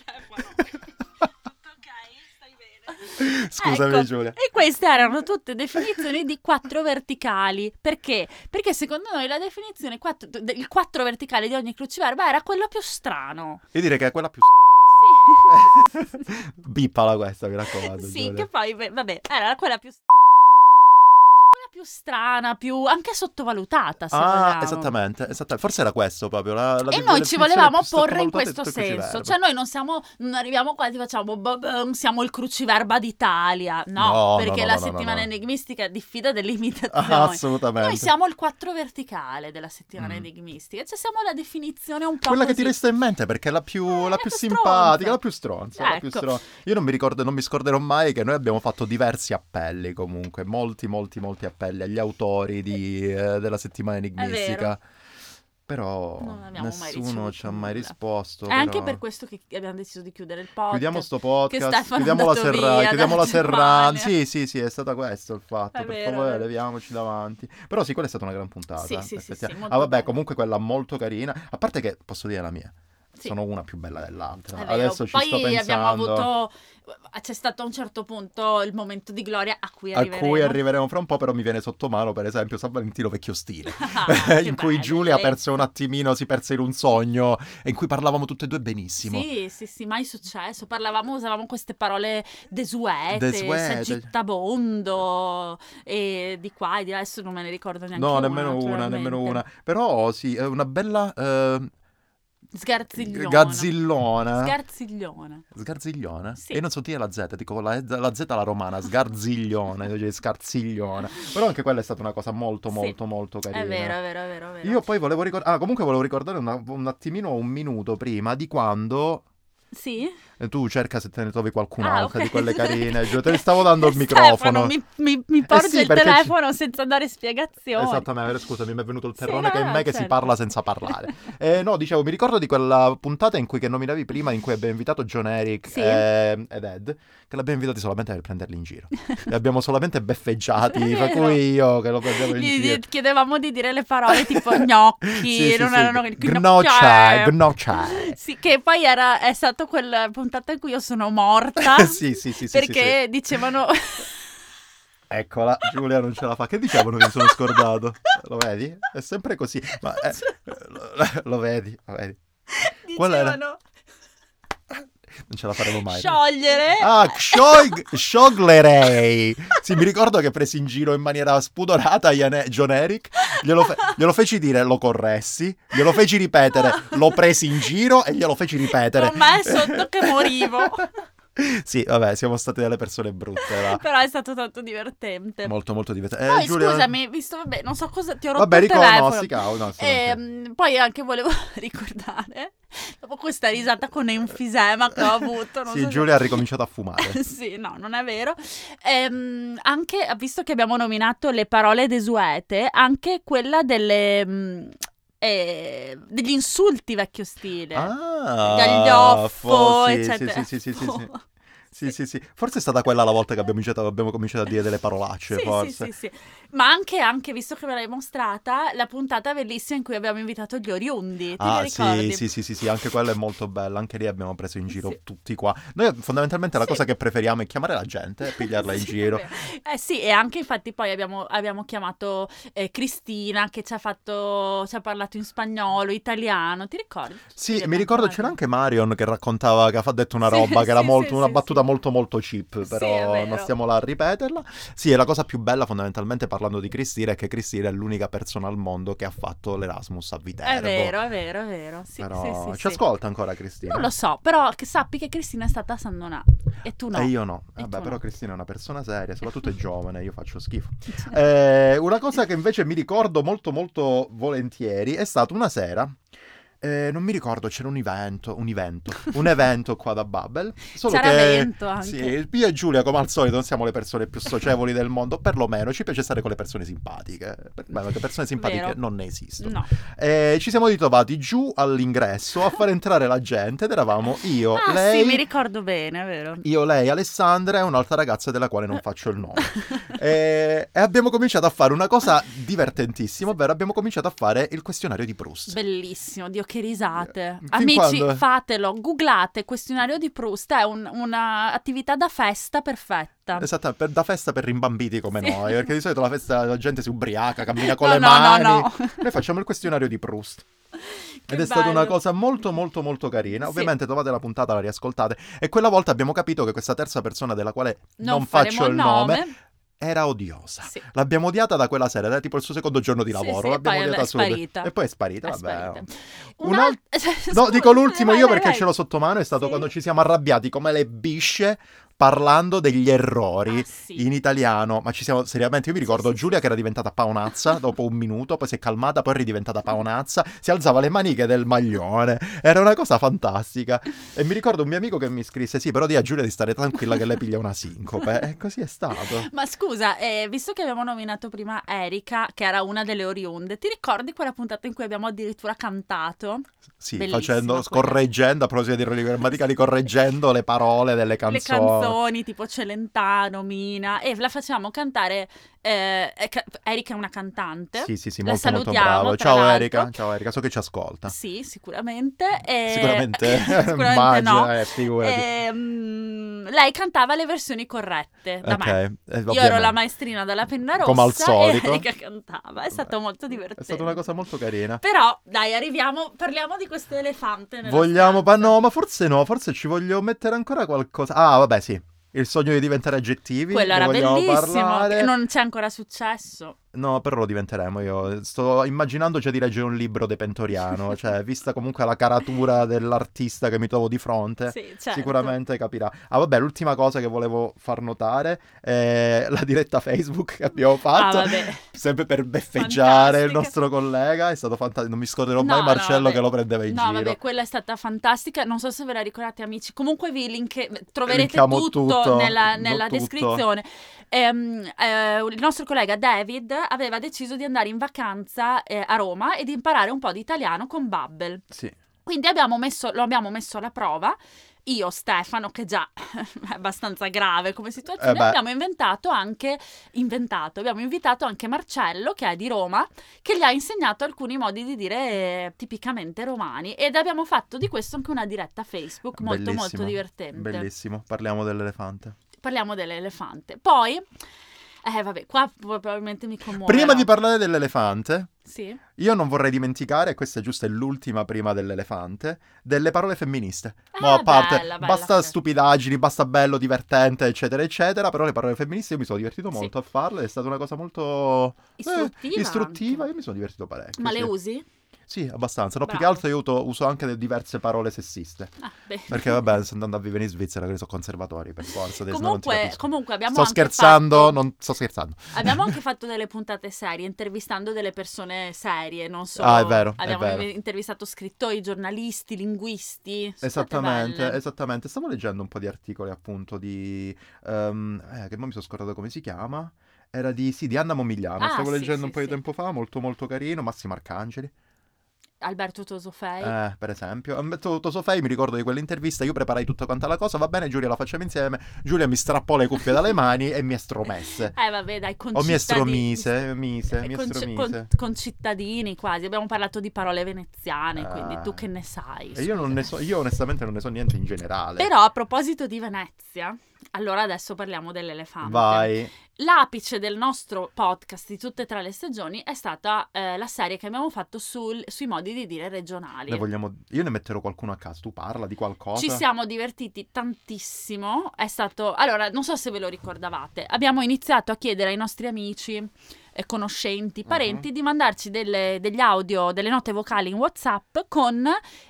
Speaker 1: Eh, <laughs> Tutto ok? Stai bene?
Speaker 2: Scusami,
Speaker 1: Ecco.
Speaker 2: Giulia.
Speaker 1: E queste erano tutte definizioni di quattro verticali. Perché? Perché secondo noi la definizione, quattro- de- il quattro verticale di ogni cruciverba era quello più strano.
Speaker 2: Io direi che è quella più.
Speaker 1: <laughs>
Speaker 2: <laughs> Bippala questa, mi raccomando.
Speaker 1: Sì, sì
Speaker 2: Giulia.
Speaker 1: che poi, beh, vabbè, era quella più strana. Cioè, quella più strana, più anche sottovalutata. se
Speaker 2: Ah,
Speaker 1: vogliamo.
Speaker 2: esattamente, esattamente. Forse era questo proprio. La, la
Speaker 1: E
Speaker 2: de-
Speaker 1: noi
Speaker 2: la
Speaker 1: ci
Speaker 2: definizione
Speaker 1: volevamo
Speaker 2: più
Speaker 1: porre
Speaker 2: sottovalutata
Speaker 1: in
Speaker 2: di
Speaker 1: questo
Speaker 2: tutto il
Speaker 1: senso.
Speaker 2: cruciverba.
Speaker 1: Cioè, noi non siamo, non arriviamo qua e ti facciamo "Boh, boh, siamo il cruciverba d'Italia. No,
Speaker 2: No,
Speaker 1: perché
Speaker 2: no, no,
Speaker 1: la
Speaker 2: no, no,
Speaker 1: settimana
Speaker 2: no.
Speaker 1: enigmistica diffida delle imitazioni.
Speaker 2: <laughs> Ah, assolutamente.
Speaker 1: Noi siamo il quattro verticale della settimana
Speaker 2: Mm.
Speaker 1: enigmistica, cioè siamo la definizione un po'
Speaker 2: Quella che
Speaker 1: così.
Speaker 2: ti resta in mente perché è la più,
Speaker 1: Eh,
Speaker 2: la
Speaker 1: la
Speaker 2: più
Speaker 1: più
Speaker 2: simpatica,
Speaker 1: stronza.
Speaker 2: la più stronza, la più
Speaker 1: Ecco.
Speaker 2: stronza. Io non mi ricordo, non mi scorderò mai che noi abbiamo fatto diversi appelli comunque, molti, molti, molti appelli agli autori di, eh, della settimana enigmistica. Però
Speaker 1: Non abbiamo mai
Speaker 2: nessuno
Speaker 1: ricevuto
Speaker 2: ci ha mai
Speaker 1: nulla.
Speaker 2: risposto.
Speaker 1: È anche
Speaker 2: però-
Speaker 1: per questo che abbiamo deciso di chiudere il podcast.
Speaker 2: Chiudiamo sto
Speaker 1: che
Speaker 2: podcast,
Speaker 1: Stefano è
Speaker 2: chiudiamo la
Speaker 1: andato
Speaker 2: serrata,
Speaker 1: via
Speaker 2: chiudiamo la
Speaker 1: dalla
Speaker 2: serrata.
Speaker 1: Germania.
Speaker 2: Sì, sì, sì, è stato questo il fatto.
Speaker 1: È
Speaker 2: per
Speaker 1: vero, è
Speaker 2: favore,
Speaker 1: vero.
Speaker 2: leviamoci davanti. Però sì, quella è stata una gran puntata.
Speaker 1: Sì, sì, sì,
Speaker 2: effettivamente.
Speaker 1: sì, molto
Speaker 2: ah, vabbè,
Speaker 1: bella.
Speaker 2: comunque quella molto carina. A parte che posso dire la mia.
Speaker 1: Sì,
Speaker 2: Sono una più bella dell'altra.
Speaker 1: è vero.
Speaker 2: Adesso ci
Speaker 1: Poi
Speaker 2: sto
Speaker 1: abbiamo
Speaker 2: pensando.
Speaker 1: avuto. C'è stato a un certo punto il momento di gloria a cui
Speaker 2: A
Speaker 1: arriveremo.
Speaker 2: cui arriveremo fra un po', però mi viene sotto mano, per esempio, San Valentino vecchio stile.
Speaker 1: <laughs> <laughs>
Speaker 2: <laughs>
Speaker 1: Ah, che
Speaker 2: in cui
Speaker 1: bello,
Speaker 2: Giulia
Speaker 1: sì.
Speaker 2: perse un attimino, si perse in un sogno, e in cui parlavamo tutte e due benissimo.
Speaker 1: Sì, sì, sì, mai successo. Parlavamo, usavamo queste parole desuete,
Speaker 2: Desuete.
Speaker 1: sagittabondo e di qua e di là. Adesso non me ne ricordo neanche
Speaker 2: No,
Speaker 1: una,
Speaker 2: nemmeno una, nemmeno
Speaker 1: naturalmente.
Speaker 2: una. Però sì, è una bella eh,
Speaker 1: Sgarzigliona.
Speaker 2: gazzillona.
Speaker 1: Sgarzigliona.
Speaker 2: Sgarzigliona?
Speaker 1: Sì.
Speaker 2: E io non so dire la Z, dico la, la Z la romana, sgarzigliona,
Speaker 1: <laughs>
Speaker 2: invece di scarzigliona. Però anche quella è stata una cosa molto,
Speaker 1: Sì.
Speaker 2: molto, molto carina.
Speaker 1: È vero, è vero, è vero. È vero.
Speaker 2: Io poi volevo ricordare, ah, comunque volevo ricordare una- un attimino, un minuto prima di quando
Speaker 1: Sì?
Speaker 2: E tu cerca se te ne trovi qualcun'altra
Speaker 1: Ah, ok.
Speaker 2: di
Speaker 1: <laughs>
Speaker 2: quelle carine. Giuro, te ne stavo dando il
Speaker 1: Stefano,
Speaker 2: microfono. Eh
Speaker 1: Mi, mi, mi porge
Speaker 2: sì,
Speaker 1: il
Speaker 2: perché ci- Esatto,
Speaker 1: telefono senza dare spiegazioni.
Speaker 2: Esattamente, scusami, mi è venuto il
Speaker 1: Esatto, Sì,
Speaker 2: terrone
Speaker 1: no,
Speaker 2: che è in
Speaker 1: no,
Speaker 2: me che si
Speaker 1: certo.
Speaker 2: parla senza
Speaker 1: <laughs>
Speaker 2: parlare. Eh, no, dicevo, mi ricordo di quella puntata in cui che nominavi prima, in cui abbiamo invitato John Eric
Speaker 1: Sì.
Speaker 2: eh, ed Ed, che l'abbiamo invitati solamente per prenderli in giro. Li abbiamo solamente
Speaker 1: <laughs>
Speaker 2: beffeggiati,
Speaker 1: È
Speaker 2: per
Speaker 1: vero.
Speaker 2: cui io che lo prendevo in
Speaker 1: Gli
Speaker 2: giro.
Speaker 1: gli chiedevamo di
Speaker 2: <laughs>
Speaker 1: dire le parole tipo gnocchi,
Speaker 2: Sì, sì,
Speaker 1: non
Speaker 2: sì.
Speaker 1: erano cioè
Speaker 2: Gnoccia, gnoccia.
Speaker 1: <laughs> Sì, che poi era, è stato quella puntata in cui io sono morta.
Speaker 2: <laughs> sì, sì, sì, sì, sì,
Speaker 1: perché
Speaker 2: sì.
Speaker 1: dicevano... <laughs>
Speaker 2: Eccola, Giulia non ce la fa. Che dicevano che mi sono scordato? Lo vedi? È sempre così. Ma
Speaker 1: <laughs>
Speaker 2: eh, lo, lo vedi, lo vedi. <laughs> Qual era?
Speaker 1: Dicevano
Speaker 2: Non ce la faremo mai.
Speaker 1: sciogliere.
Speaker 2: Ah,
Speaker 1: <laughs>
Speaker 2: sciog- scioglerei. Sì, mi ricordo che presi in giro in maniera spudorata Ian- John Eric. Glielo, fe- glielo feci dire, lo corressi. Glielo feci ripetere, lo presi in giro e glielo feci ripetere.
Speaker 1: Con me sotto che morivo.
Speaker 2: <laughs> sì, vabbè, siamo state delle persone brutte. va.
Speaker 1: Però è stato tanto divertente.
Speaker 2: Molto, molto divertente.
Speaker 1: Poi
Speaker 2: Eh, Giulia-
Speaker 1: scusami, visto, vabbè, non so cosa ti ho rotto
Speaker 2: Vabbè,
Speaker 1: il telefono.
Speaker 2: riconosci, cavolo. no, sono anche-
Speaker 1: Ehm, poi anche volevo <laughs> ricordare, dopo questa risata con enfisema che ho avuto, non
Speaker 2: sì,
Speaker 1: so se- <laughs>
Speaker 2: Giulia ha ricominciato a fumare.
Speaker 1: sì, no, non è vero. Ehm, anche, visto che abbiamo nominato le parole desuete, anche quella delle, mm, eh, degli insulti vecchio stile.
Speaker 2: Ah,
Speaker 1: Gaglioffo,
Speaker 2: fo- sì,
Speaker 1: eccetera.
Speaker 2: Sì, sì, sì,
Speaker 1: <laughs>
Speaker 2: sì, sì.
Speaker 1: Fo-
Speaker 2: Sì, sì, sì. Forse è stata quella la volta che abbiamo cominciato, abbiamo cominciato a dire delle parolacce,
Speaker 1: Sì,
Speaker 2: forse.
Speaker 1: sì, sì, sì. Ma anche, anche, visto che me l'hai mostrata, la puntata bellissima in cui abbiamo invitato gli oriundi. Ti
Speaker 2: Ah,
Speaker 1: ricordi?
Speaker 2: sì, sì, sì, sì, sì, anche quella è molto bella, anche lì abbiamo preso in giro
Speaker 1: Sì.
Speaker 2: tutti qua. Noi fondamentalmente la
Speaker 1: Sì.
Speaker 2: cosa che preferiamo è chiamare la gente e pigliarla in
Speaker 1: Sì,
Speaker 2: giro.
Speaker 1: vabbè. Eh sì, e anche infatti poi abbiamo, abbiamo chiamato eh, Cristina che ci ha fatto, ci ha parlato in spagnolo, italiano, ti ricordi?
Speaker 2: Sì,
Speaker 1: Abbiamo
Speaker 2: mi ricordo
Speaker 1: chiamato.
Speaker 2: c'era anche Marion che raccontava che ha fa- detto una
Speaker 1: Sì,
Speaker 2: roba che era
Speaker 1: sì,
Speaker 2: molto,
Speaker 1: sì,
Speaker 2: una
Speaker 1: sì,
Speaker 2: battuta
Speaker 1: sì.
Speaker 2: molto molto cheap,
Speaker 1: Sì, è
Speaker 2: però non
Speaker 1: vero.
Speaker 2: stiamo là a ripeterla. Sì, e la cosa più bella fondamentalmente parlando di Cristina è che Cristina è l'unica persona al mondo che ha fatto l'Erasmus a Viterbo.
Speaker 1: È vero, è vero, è vero. Sì,
Speaker 2: Però
Speaker 1: sì, sì,
Speaker 2: ci eh?
Speaker 1: sì.
Speaker 2: ascolta ancora Cristina.
Speaker 1: Non lo so, però che sappi che Cristina è stata a San Donà e tu no.
Speaker 2: E io no. Eh,
Speaker 1: E
Speaker 2: Vabbè,
Speaker 1: tu
Speaker 2: però
Speaker 1: no.
Speaker 2: Cristina è una persona seria, soprattutto
Speaker 1: <laughs>
Speaker 2: è giovane, io faccio schifo. Eh, una cosa che invece mi ricordo molto molto volentieri è stata una sera. eh, non mi ricordo, c'era un evento, un evento, un evento qua da Babel. Solo
Speaker 1: C'era
Speaker 2: che,
Speaker 1: vento anche.
Speaker 2: Sì, io e Giulia, come al solito, non siamo le persone più socievoli del mondo, perlomeno ci piace stare con le persone simpatiche. Beh, perché persone simpatiche
Speaker 1: Vero.
Speaker 2: non ne esistono.
Speaker 1: No.
Speaker 2: Eh, ci siamo ritrovati giù all'ingresso a far entrare la gente ed eravamo io,
Speaker 1: ah
Speaker 2: lei,
Speaker 1: sì, mi ricordo bene, è vero.
Speaker 2: io, lei, Alessandra e un'altra ragazza della quale non faccio il
Speaker 1: <laughs>
Speaker 2: nome. Eh, e abbiamo cominciato a fare una cosa divertentissima, ovvero abbiamo cominciato a fare il questionario di Proust.
Speaker 1: Bellissimo, Dio che risate.
Speaker 2: Cioè, eh, Fin
Speaker 1: Amici,
Speaker 2: quando?
Speaker 1: fatelo, googlate questionario di Proust, è un- un'attività da festa perfetta.
Speaker 2: Esatto, per- da festa per rimbambiti come
Speaker 1: Sì.
Speaker 2: noi, perché di solito la festa la gente si ubriaca, cammina con
Speaker 1: No,
Speaker 2: le
Speaker 1: no, no,
Speaker 2: mani.
Speaker 1: no.
Speaker 2: Noi facciamo il questionario di Proust.
Speaker 1: <laughs> Che
Speaker 2: Ed è stata una
Speaker 1: bello.
Speaker 2: cosa molto molto molto carina.
Speaker 1: Sì.
Speaker 2: Ovviamente trovate la puntata, la riascoltate. E quella volta abbiamo capito che questa terza persona della quale non,
Speaker 1: Non
Speaker 2: faccio
Speaker 1: faremo
Speaker 2: il
Speaker 1: il
Speaker 2: nome,
Speaker 1: nome.
Speaker 2: era odiosa.
Speaker 1: Sì.
Speaker 2: L'abbiamo odiata da quella sera, era tipo il suo secondo giorno di
Speaker 1: Sì,
Speaker 2: lavoro.
Speaker 1: sì, e
Speaker 2: l'abbiamo
Speaker 1: poi è
Speaker 2: odiata subito.
Speaker 1: sparita.
Speaker 2: E poi è sparita,
Speaker 1: È
Speaker 2: vabbè. oh.
Speaker 1: sparita.
Speaker 2: Un
Speaker 1: Un
Speaker 2: al-
Speaker 1: alt-
Speaker 2: No,
Speaker 1: <laughs> Scusa,
Speaker 2: dico l'ultimo
Speaker 1: vai,
Speaker 2: io
Speaker 1: vai,
Speaker 2: perché
Speaker 1: vai.
Speaker 2: ce l'ho sotto mano, è stato
Speaker 1: Sì.
Speaker 2: quando ci siamo arrabbiati come le bisce parlando degli errori
Speaker 1: Ah, sì.
Speaker 2: in italiano, ma ci siamo seriamente. Io mi ricordo
Speaker 1: sì,
Speaker 2: Giulia che era diventata paonazza dopo un minuto, poi si è calmata, poi è ridiventata
Speaker 1: Mm.
Speaker 2: paonazza, si alzava le maniche del maglione. Era una cosa fantastica. E mi ricordo un mio amico che mi scrisse: Sì, però di a Giulia di stare tranquilla che lei piglia una sincope. E così è stato.
Speaker 1: Ma scusa, eh, visto che abbiamo nominato prima Erika, che era una delle oriunde, ti ricordi quella puntata in cui abbiamo addirittura cantato?
Speaker 2: Sì,
Speaker 1: Bellissima
Speaker 2: facendo,
Speaker 1: quella.
Speaker 2: scorreggendo, a proposito di errori grammaticali, correggendo le parole delle
Speaker 1: Le canzoni tipo Celentano, Mina, e la facevamo cantare. eh, eh, ca- Erika è una cantante.
Speaker 2: Sì, sì, sì,
Speaker 1: La
Speaker 2: molto molto
Speaker 1: salutiamo,
Speaker 2: bravo.
Speaker 1: tra
Speaker 2: Ciao
Speaker 1: l'altro.
Speaker 2: Erika, ciao Erika, so che ci ascolta.
Speaker 1: Sì, sicuramente. e-
Speaker 2: Sicuramente,
Speaker 1: Eh, <laughs> sicuramente
Speaker 2: immagino,
Speaker 1: no.
Speaker 2: eh, figurati.
Speaker 1: Ehm, lei cantava le versioni corrette da
Speaker 2: Ok,
Speaker 1: me.
Speaker 2: eh,
Speaker 1: Io ero la
Speaker 2: ovviamente.
Speaker 1: maestrina della penna rossa
Speaker 2: Come al solito.
Speaker 1: e Erika cantava. È stato molto divertente.
Speaker 2: È stata una cosa molto carina.
Speaker 1: Però, dai, arriviamo, parliamo di questo elefante nella
Speaker 2: Vogliamo, ma
Speaker 1: stanza.
Speaker 2: no, ma forse no, forse ci voglio mettere ancora qualcosa. Ah, vabbè, sì. Il sogno di diventare aggettivi.
Speaker 1: Quello
Speaker 2: ne
Speaker 1: era
Speaker 2: vogliamo
Speaker 1: bellissimo,
Speaker 2: parlare.
Speaker 1: che non c'è ancora successo.
Speaker 2: No, però lo diventeremo io. Sto immaginando già di leggere un libro de
Speaker 1: <laughs>
Speaker 2: Pentoriano, cioè, vista comunque la caratura dell'artista che mi trovo di fronte.
Speaker 1: Sì, certo.
Speaker 2: Sicuramente capirà. Ah, vabbè, l'ultima cosa che volevo far notare è la diretta Facebook che abbiamo
Speaker 1: Ah,
Speaker 2: fatto.
Speaker 1: vabbè.
Speaker 2: sempre per beffeggiare il
Speaker 1: Fantastica.
Speaker 2: nostro collega. È stato fantastico. Non mi scorderò mai
Speaker 1: No,
Speaker 2: Marcello
Speaker 1: no, vabbè.
Speaker 2: che lo prendeva in
Speaker 1: no,
Speaker 2: giro.
Speaker 1: vabbè, quella è stata fantastica. Non so se ve la ricordate, amici. Comunque vi link... troverete
Speaker 2: Linkiamo
Speaker 1: tutto,
Speaker 2: tutto,
Speaker 1: nella,
Speaker 2: no,
Speaker 1: nella
Speaker 2: tutto.
Speaker 1: descrizione. Ehm, eh, il nostro collega David aveva deciso di andare in vacanza eh, a Roma e di imparare un po' di italiano con Bubble.
Speaker 2: Sì.
Speaker 1: Quindi abbiamo messo- lo abbiamo messo alla prova. Io, Stefano, che già <laughs> è abbastanza grave come situazione,
Speaker 2: Eh beh.
Speaker 1: abbiamo inventato anche, inventato, abbiamo invitato anche Marcello, che è di Roma, che gli ha insegnato alcuni modi di dire eh, tipicamente romani. Ed abbiamo fatto di questo anche una diretta Facebook molto, molto
Speaker 2: Bellissimo,
Speaker 1: divertente.
Speaker 2: Bellissimo. Parliamo dell'elefante.
Speaker 1: Parliamo dell'elefante. Poi, eh, vabbè, qua probabilmente mi commuovo.
Speaker 2: Prima di Eh, parlare dell'elefante,
Speaker 1: Sì.
Speaker 2: Io non vorrei dimenticare, questa è giusta è l'ultima prima dell'elefante, delle parole femministe.
Speaker 1: Ah,
Speaker 2: Ma a parte,
Speaker 1: bella, bella.
Speaker 2: basta stupidaggini, basta bello, divertente, eccetera, eccetera, però le parole femministe io mi sono divertito
Speaker 1: Sì.
Speaker 2: molto a farle, è stata una cosa molto eh,
Speaker 1: Istruttiva
Speaker 2: istruttiva,
Speaker 1: anche.
Speaker 2: io mi sono divertito parecchio.
Speaker 1: Ma
Speaker 2: sì.
Speaker 1: le usi?
Speaker 2: Sì, abbastanza. No, più che
Speaker 1: Bravo.
Speaker 2: altro io uto- uso anche de- diverse parole sessiste.
Speaker 1: Ah, bene.
Speaker 2: Perché vabbè, sto andando a vivere in Svizzera, quindi sono conservatori per forza. adesso non ti
Speaker 1: Comunque,
Speaker 2: capisco.
Speaker 1: comunque abbiamo
Speaker 2: sto
Speaker 1: anche
Speaker 2: scherzando,
Speaker 1: fatto-
Speaker 2: non sto scherzando.
Speaker 1: Abbiamo anche fatto delle puntate serie, intervistando delle persone serie, non so.
Speaker 2: Ah, è vero, è
Speaker 1: Abbiamo
Speaker 2: vero.
Speaker 1: intervistato scrittori, giornalisti, linguisti. sono state
Speaker 2: Esattamente,
Speaker 1: belle.
Speaker 2: esattamente. Stavo leggendo un po' di articoli appunto di... ehm, eh, che poi mi sono scordato come si chiama. Era di, sì, di Anna Momigliano.
Speaker 1: Ah,
Speaker 2: Stavo
Speaker 1: sì,
Speaker 2: leggendo
Speaker 1: sì,
Speaker 2: un po' di
Speaker 1: sì.
Speaker 2: tempo fa, molto molto carino. Massimo Arcangeli,
Speaker 1: Alberto Tosofei.
Speaker 2: eh, per esempio. Ehm, To- Tosofei, mi ricordo di quell'intervista, io preparai tutta quanta la cosa, va bene Giulia, la facciamo insieme. Giulia mi strappò le cuffie dalle mani e mi estromesse.
Speaker 1: <laughs> Eh, vabbè, dai, con
Speaker 2: O Oh, mi
Speaker 1: cittadini-
Speaker 2: estromise, mise, mi
Speaker 1: con,
Speaker 2: estromise.
Speaker 1: con, con cittadini quasi. Abbiamo parlato di parole veneziane,
Speaker 2: Ah.
Speaker 1: quindi tu che ne sai?
Speaker 2: E Eh, io non ne so, io onestamente non ne so niente in generale.
Speaker 1: Però a proposito di Venezia, allora adesso parliamo dell'elefante.
Speaker 2: Vai.
Speaker 1: L'apice del nostro podcast di tutte e tre le stagioni è stata eh, la serie che abbiamo fatto sul- sui modi di dire regionali.
Speaker 2: Ne vogliamo... Io ne metterò qualcuno a caso. Tu parla di qualcosa?
Speaker 1: Ci siamo divertiti tantissimo. È stato. Allora, non so se ve lo ricordavate. Abbiamo iniziato a chiedere ai nostri amici, eh,
Speaker 2: Mhm.
Speaker 1: conoscenti, parenti di mandarci delle- degli audio, delle note vocali in WhatsApp con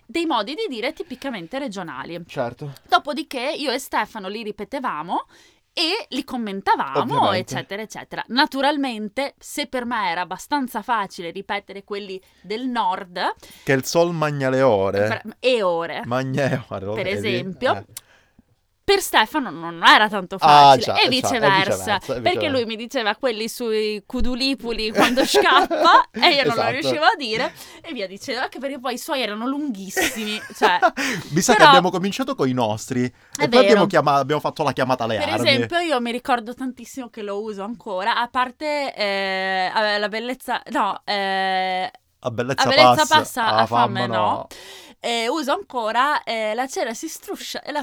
Speaker 1: dei modi di dire tipicamente regionali.
Speaker 2: Certo.
Speaker 1: Dopodiché io e Stefano li ripetevamo e li commentavamo,
Speaker 2: Ovviamente.
Speaker 1: eccetera, eccetera. Naturalmente, se per me era abbastanza facile ripetere quelli del nord
Speaker 2: Che il sol magna le ore.
Speaker 1: per- e ore,
Speaker 2: Magneore, lo
Speaker 1: Per
Speaker 2: vedi?
Speaker 1: esempio.
Speaker 2: Eh.
Speaker 1: per Stefano non era tanto
Speaker 2: Ah,
Speaker 1: facile
Speaker 2: già,
Speaker 1: e,
Speaker 2: già, e
Speaker 1: viceversa,
Speaker 2: viceversa, e
Speaker 1: perché
Speaker 2: viceversa.
Speaker 1: lui mi diceva quelli sui
Speaker 2: <laughs>
Speaker 1: cudulipuli quando scappa e io non lo
Speaker 2: Esatto.
Speaker 1: riuscivo a dire e via diceva anche perché poi i suoi erano lunghissimi, cioè
Speaker 2: <laughs> Mi sa che
Speaker 1: però-
Speaker 2: abbiamo cominciato con i nostri. e poi
Speaker 1: vero.
Speaker 2: abbiamo, chiama- abbiamo fatto la chiamata alle
Speaker 1: Per
Speaker 2: armi.
Speaker 1: esempio, io mi ricordo tantissimo che lo uso ancora, a parte eh, vabbè, la bellezza, no, eh,
Speaker 2: a bellezza,
Speaker 1: la bellezza
Speaker 2: passa,
Speaker 1: passa,
Speaker 2: Ah,
Speaker 1: a fame,
Speaker 2: famma
Speaker 1: no. Eh, uso ancora eh, la cera si struscia e la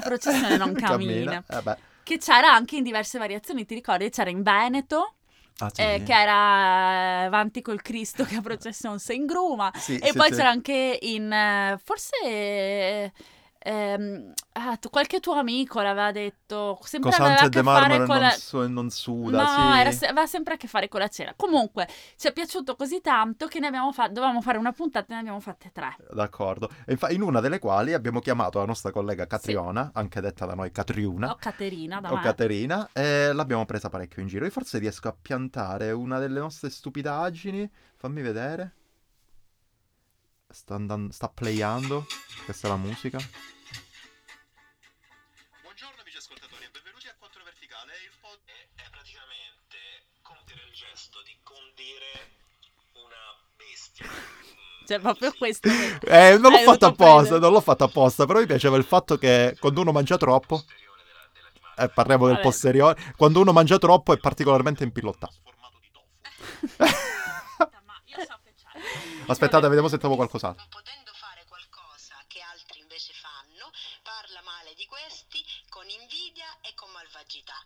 Speaker 2: <laughs>
Speaker 1: processione non cammina.
Speaker 2: Eh beh.
Speaker 1: Che c'era anche in diverse variazioni, ti ricordi? C'era in Veneto,
Speaker 2: Ah, sì.
Speaker 1: eh, che era eh, avanti col Cristo che a processione se ingruma.
Speaker 2: Sì, sì,
Speaker 1: E poi
Speaker 2: sì.
Speaker 1: c'era anche in, eh, forse... eh, ehm, ah, tu- qualche tuo amico l'aveva detto sempre aveva a
Speaker 2: Cosante
Speaker 1: che
Speaker 2: de
Speaker 1: fare
Speaker 2: marmore
Speaker 1: con
Speaker 2: non,
Speaker 1: la...
Speaker 2: su- non suda.
Speaker 1: No,
Speaker 2: sì.
Speaker 1: era se- aveva sempre a che fare con la cera. Comunque, ci è piaciuto così tanto che ne abbiamo fa- dovevamo fare una puntata e ne abbiamo fatte tre.
Speaker 2: D'accordo. E infa- in una delle quali abbiamo chiamato la nostra collega Catriona, anche detta da noi Catriuna.
Speaker 1: O Caterina, da
Speaker 2: o
Speaker 1: me.
Speaker 2: Caterina e l'abbiamo presa parecchio in giro. Io forse riesco a piantare una delle nostre stupidaggini. Fammi vedere. Sta, andan- sta playando. Questa è la musica.
Speaker 4: Buongiorno amici ascoltatori e benvenuti a 4 Verticale, il pod è praticamente compiere il gesto di condire una bestia. Mm,
Speaker 1: Cioè, proprio
Speaker 4: sì.
Speaker 1: questo.
Speaker 2: <laughs> Eh, non l'ho
Speaker 1: Hai
Speaker 2: fatta
Speaker 1: dovuto
Speaker 2: apposta,
Speaker 1: prendere.
Speaker 2: non l'ho fatta apposta. Però mi piaceva il fatto che quando uno mangia troppo.
Speaker 4: Posteriore della- dell'animale.
Speaker 2: Eh, parliamo del
Speaker 1: Vabbè.
Speaker 2: posteriore. Quando uno mangia troppo è particolarmente
Speaker 1: <laughs>
Speaker 2: impillottato.
Speaker 4: Sformato di tofu.
Speaker 1: Ma io so che c'è.
Speaker 2: Aspettate, vediamo se trovo qualcos'altro.
Speaker 5: non potendo fare qualcosa che altri invece fanno, parla male di questi con invidia e con malvagità.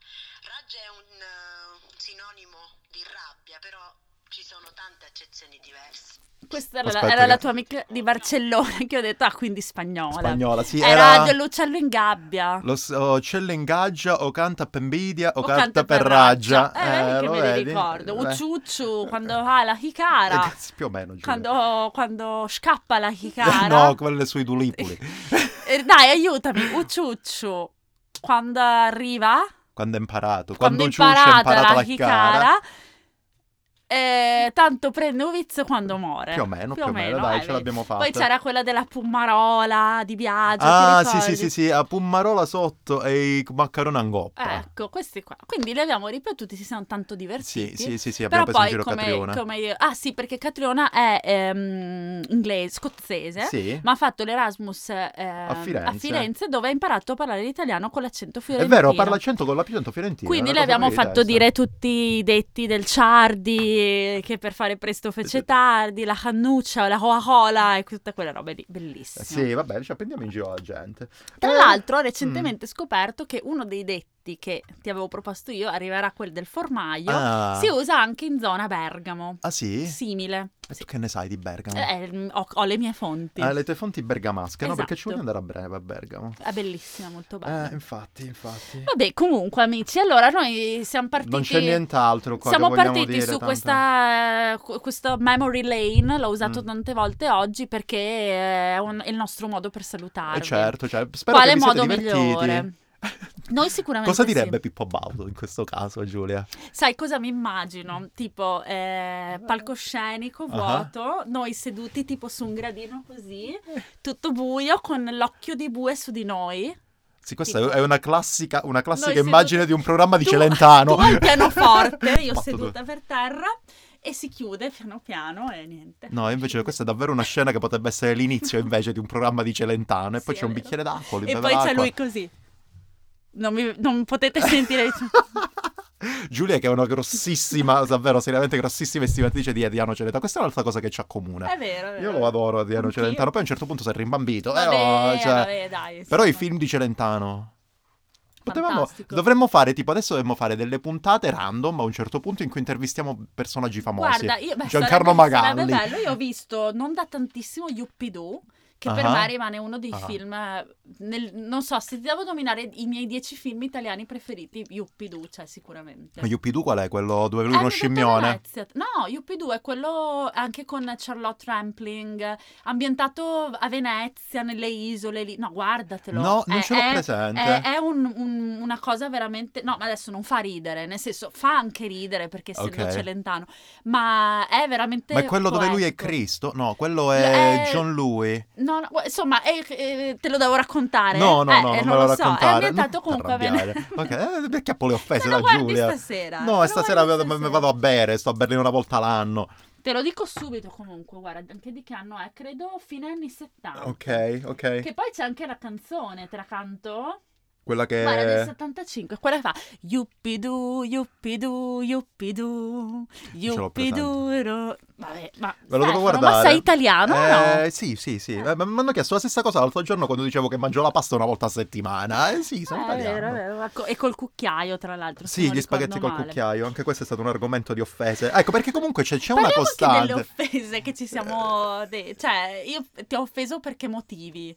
Speaker 5: Raggia è un eh, sinonimo di rabbia, però Ci sono tante accezioni diverse.
Speaker 1: Questa era, la-
Speaker 2: Aspetta
Speaker 1: era la
Speaker 2: che-
Speaker 1: tua amica di Barcellona che ho detto, ah, quindi spagnola.
Speaker 2: Spagnola, sì,
Speaker 1: era
Speaker 2: era...
Speaker 1: dell'uccello in gabbia.
Speaker 2: Lo s- o cello in gaggia o canta per invidia o,
Speaker 1: O
Speaker 2: canta, per
Speaker 1: raggia.
Speaker 2: raggia.
Speaker 1: Eh, vedi che
Speaker 2: lo
Speaker 1: me li
Speaker 2: vedi?
Speaker 1: ricordo.
Speaker 2: Eh.
Speaker 1: Ucciucciu, quando ha la
Speaker 2: Eh,
Speaker 1: chicara.
Speaker 2: cazzo, più o meno. Giulia.
Speaker 1: Quando, quando scappa la chicara.
Speaker 2: <laughs> No, quelle sui tulipuli.
Speaker 1: Eh, Dai, aiutami. Ucciucciu, quando arriva...
Speaker 2: Quando ha imparato.
Speaker 1: quando
Speaker 2: Quando,
Speaker 1: ho
Speaker 2: Ciuscia ha
Speaker 1: imparato
Speaker 2: imparato
Speaker 1: la
Speaker 2: la chicara.
Speaker 1: chicara, eh, tanto prende un vizio quando muore.
Speaker 2: Più o meno,
Speaker 1: Più
Speaker 2: più
Speaker 1: o
Speaker 2: o meno,
Speaker 1: meno, eh,
Speaker 2: dai, ce
Speaker 1: vedi.
Speaker 2: l'abbiamo fatta.
Speaker 1: Poi c'era quella della Pummarola di Biagio. ti
Speaker 2: Ah, sì,
Speaker 1: ricordi?
Speaker 2: sì, sì, sì, a Pummarola sotto e i maccaroni angoppa.
Speaker 1: Ecco, questi qua. Quindi li abbiamo ripetuti, si sono tanto
Speaker 2: Sì,
Speaker 1: divertiti.
Speaker 2: sì, sì, sì,
Speaker 1: Però
Speaker 2: abbiamo preso in
Speaker 1: poi
Speaker 2: giro
Speaker 1: come,
Speaker 2: Catriona.
Speaker 1: come io- Ah sì, perché Catriona è ehm, inglese, scozzese,
Speaker 2: Sì.
Speaker 1: ma ha fatto l'Erasmus ehm,
Speaker 2: Firenze.
Speaker 1: Firenze, dove ha imparato a parlare l'italiano con l'accento
Speaker 2: È
Speaker 1: fiorentino.
Speaker 2: vero, parla accento con l'accento fiorentino. è
Speaker 1: Quindi
Speaker 2: una
Speaker 1: le
Speaker 2: cosa
Speaker 1: abbiamo
Speaker 2: fuori di
Speaker 1: fatto
Speaker 2: testa.
Speaker 1: dire tutti i detti del Ciardi, che per fare presto fece tardi, la cannuccia, la coa cola e tutta quella roba lì, bellissima.
Speaker 2: eh. Sì, vabbè, ci prendiamo in giro la gente.
Speaker 1: Tra
Speaker 2: Eh, mm.
Speaker 1: l'altro ho recentemente scoperto che uno dei detti che ti avevo proposto io, arriverà quel del formaio,
Speaker 2: Ah,
Speaker 1: si usa anche in zona Bergamo,
Speaker 2: ah, sì?
Speaker 1: simile.
Speaker 2: E tu che ne sai di Bergamo?
Speaker 1: Eh, ho, ho le mie fonti.
Speaker 2: Ah, le tue fonti bergamasche, no? Perché ci
Speaker 1: Esatto. Eh,
Speaker 2: voglio andare a breve a Bergamo.
Speaker 1: È bellissima, molto bella.
Speaker 2: Eh, infatti, infatti.
Speaker 1: Vabbè, comunque amici, allora noi siamo partiti...
Speaker 2: Non c'è nient'altro qua
Speaker 1: Siamo
Speaker 2: che vogliamo
Speaker 1: partiti
Speaker 2: dire,
Speaker 1: su
Speaker 2: tanto.
Speaker 1: questa, eh, cu- questo memory lane, l'ho usato
Speaker 2: Mm.
Speaker 1: tante volte oggi perché è, un- è il nostro modo per salutarvi.
Speaker 2: Eh, certo, cioè, spero
Speaker 1: Quale
Speaker 2: che vi siate
Speaker 1: modo
Speaker 2: divertiti.
Speaker 1: migliore? Noi sicuramente
Speaker 2: Cosa
Speaker 1: sì.
Speaker 2: direbbe Pippo Baudo in questo caso, Giulia?
Speaker 1: Sai cosa mi immagino? Tipo eh, palcoscenico
Speaker 2: Ah.
Speaker 1: vuoto, noi seduti tipo su un gradino così, tutto buio con l'occhio di bue su di noi.
Speaker 2: Sì, questa
Speaker 1: Tipo-
Speaker 2: è una classica, una classica
Speaker 1: Noi
Speaker 2: immagine
Speaker 1: seduti-
Speaker 2: di un programma di
Speaker 1: Tu-
Speaker 2: Celentano.
Speaker 1: Tu al
Speaker 2: <laughs>
Speaker 1: pianoforte, io
Speaker 2: Fatto
Speaker 1: seduta per terra e si chiude piano piano e niente.
Speaker 2: No, invece questa è davvero una scena che potrebbe essere l'inizio invece di un programma di Celentano. E poi
Speaker 1: Sì,
Speaker 2: c'è
Speaker 1: è
Speaker 2: un
Speaker 1: vero.
Speaker 2: bicchiere d'acqua, lui
Speaker 1: E
Speaker 2: beve
Speaker 1: poi c'è
Speaker 2: l'acqua.
Speaker 1: lui così. Non, mi- non
Speaker 2: <laughs>
Speaker 1: potete sentire.
Speaker 2: Giulia che è una grossissima, davvero seriamente grossissima estimatrice di Adriano Celentano. Questa è un'altra cosa che ci accomuna.
Speaker 1: è vero, è vero.
Speaker 2: Io lo adoro Adriano
Speaker 1: Anch'io.
Speaker 2: Celentano, poi a un certo punto si è rimbambito. eh,
Speaker 1: Vabbè,
Speaker 2: oh, cioè-
Speaker 1: vabbè, dai.
Speaker 2: Però i
Speaker 1: insomma.
Speaker 2: film di Celentano. Potevamo,
Speaker 1: Fantastico.
Speaker 2: dovremmo fare, tipo adesso dovremmo fare delle puntate random a un certo punto in cui intervistiamo personaggi famosi.
Speaker 1: Guarda, io, beh,
Speaker 2: Giancarlo
Speaker 1: sarebbe- sarebbe
Speaker 2: Magalli.
Speaker 1: bello. Io ho visto non da tantissimo Yuppidoo, che per
Speaker 2: Ah.
Speaker 1: me rimane uno dei
Speaker 2: Ah.
Speaker 1: film. eh, nel- non so, se devo nominare i miei dieci film italiani preferiti, Yuppidoo c'è sicuramente.
Speaker 2: Ma Yuppidoo qual è quello dove lui è
Speaker 1: Eh,
Speaker 2: uno
Speaker 1: mi ha detto
Speaker 2: scimmione?
Speaker 1: Venezia. No, Yuppidoo è quello anche con Charlotte Rampling, ambientato a Venezia, nelle isole lì. No, guardatelo.
Speaker 2: No, non
Speaker 1: È-
Speaker 2: ce l'ho
Speaker 1: è-
Speaker 2: presente.
Speaker 1: È, è un- un- una cosa veramente. No, ma adesso non fa ridere, nel senso fa anche ridere perché essendo
Speaker 2: Ok.
Speaker 1: Celentano, ma è veramente.
Speaker 2: Ma è quello dove lui è
Speaker 1: poetico.
Speaker 2: Cristo? No, quello è
Speaker 1: Eh,
Speaker 2: John Louis.
Speaker 1: No, no, gu- insomma, è- eh, te lo devo raccontare.
Speaker 2: No, no, no,
Speaker 1: Eh,
Speaker 2: non
Speaker 1: eh, non
Speaker 2: me lo
Speaker 1: lo so. È
Speaker 2: raccontare.
Speaker 1: ambientato
Speaker 2: Non ti
Speaker 1: comunque a
Speaker 2: arrabbiare.
Speaker 1: Venezia.
Speaker 2: Ok, eh, perché a po' le
Speaker 1: <laughs>
Speaker 2: offese
Speaker 1: Te lo
Speaker 2: da
Speaker 1: guardi
Speaker 2: Giulia?
Speaker 1: stasera. Te
Speaker 2: No,
Speaker 1: lo
Speaker 2: e stasera
Speaker 1: guardi
Speaker 2: vado- me- me vado a bere, sto a berlino una volta l'anno.
Speaker 1: Te lo dico subito comunque, guarda, anche di che anno è, credo fine anni 70.
Speaker 2: Ok, ok.
Speaker 1: Che poi c'è anche la canzone, te la canto?
Speaker 2: Quella che
Speaker 1: Guarda, del 75, quella che fa Yuppidu, yuppidu, yuppidu,
Speaker 2: ce l'ho presente.
Speaker 1: yuppiduro. Vabbè, ma,
Speaker 2: Me lo devo
Speaker 1: Stefano,
Speaker 2: guardare.
Speaker 1: ma sei italiano o Ah, no?
Speaker 2: Eh, Sì, sì, sì. Eh, ma- Mi hanno chiesto la stessa cosa l'altro giorno quando dicevo che mangio la pasta una volta a settimana. Eh sì, sono
Speaker 1: Eh, è
Speaker 2: italiano.
Speaker 1: vero, è vero. ma co- E col cucchiaio, tra l'altro. se
Speaker 2: Sì,
Speaker 1: non
Speaker 2: gli
Speaker 1: ricordo
Speaker 2: spaghetti col
Speaker 1: male.
Speaker 2: cucchiaio, anche questo è stato un argomento di offese. Ecco, perché comunque c'è, c'è una
Speaker 1: Parliamo anche
Speaker 2: costante.
Speaker 1: delle offese che ci siamo... de- Cioè, io ti ho offeso perché motivi.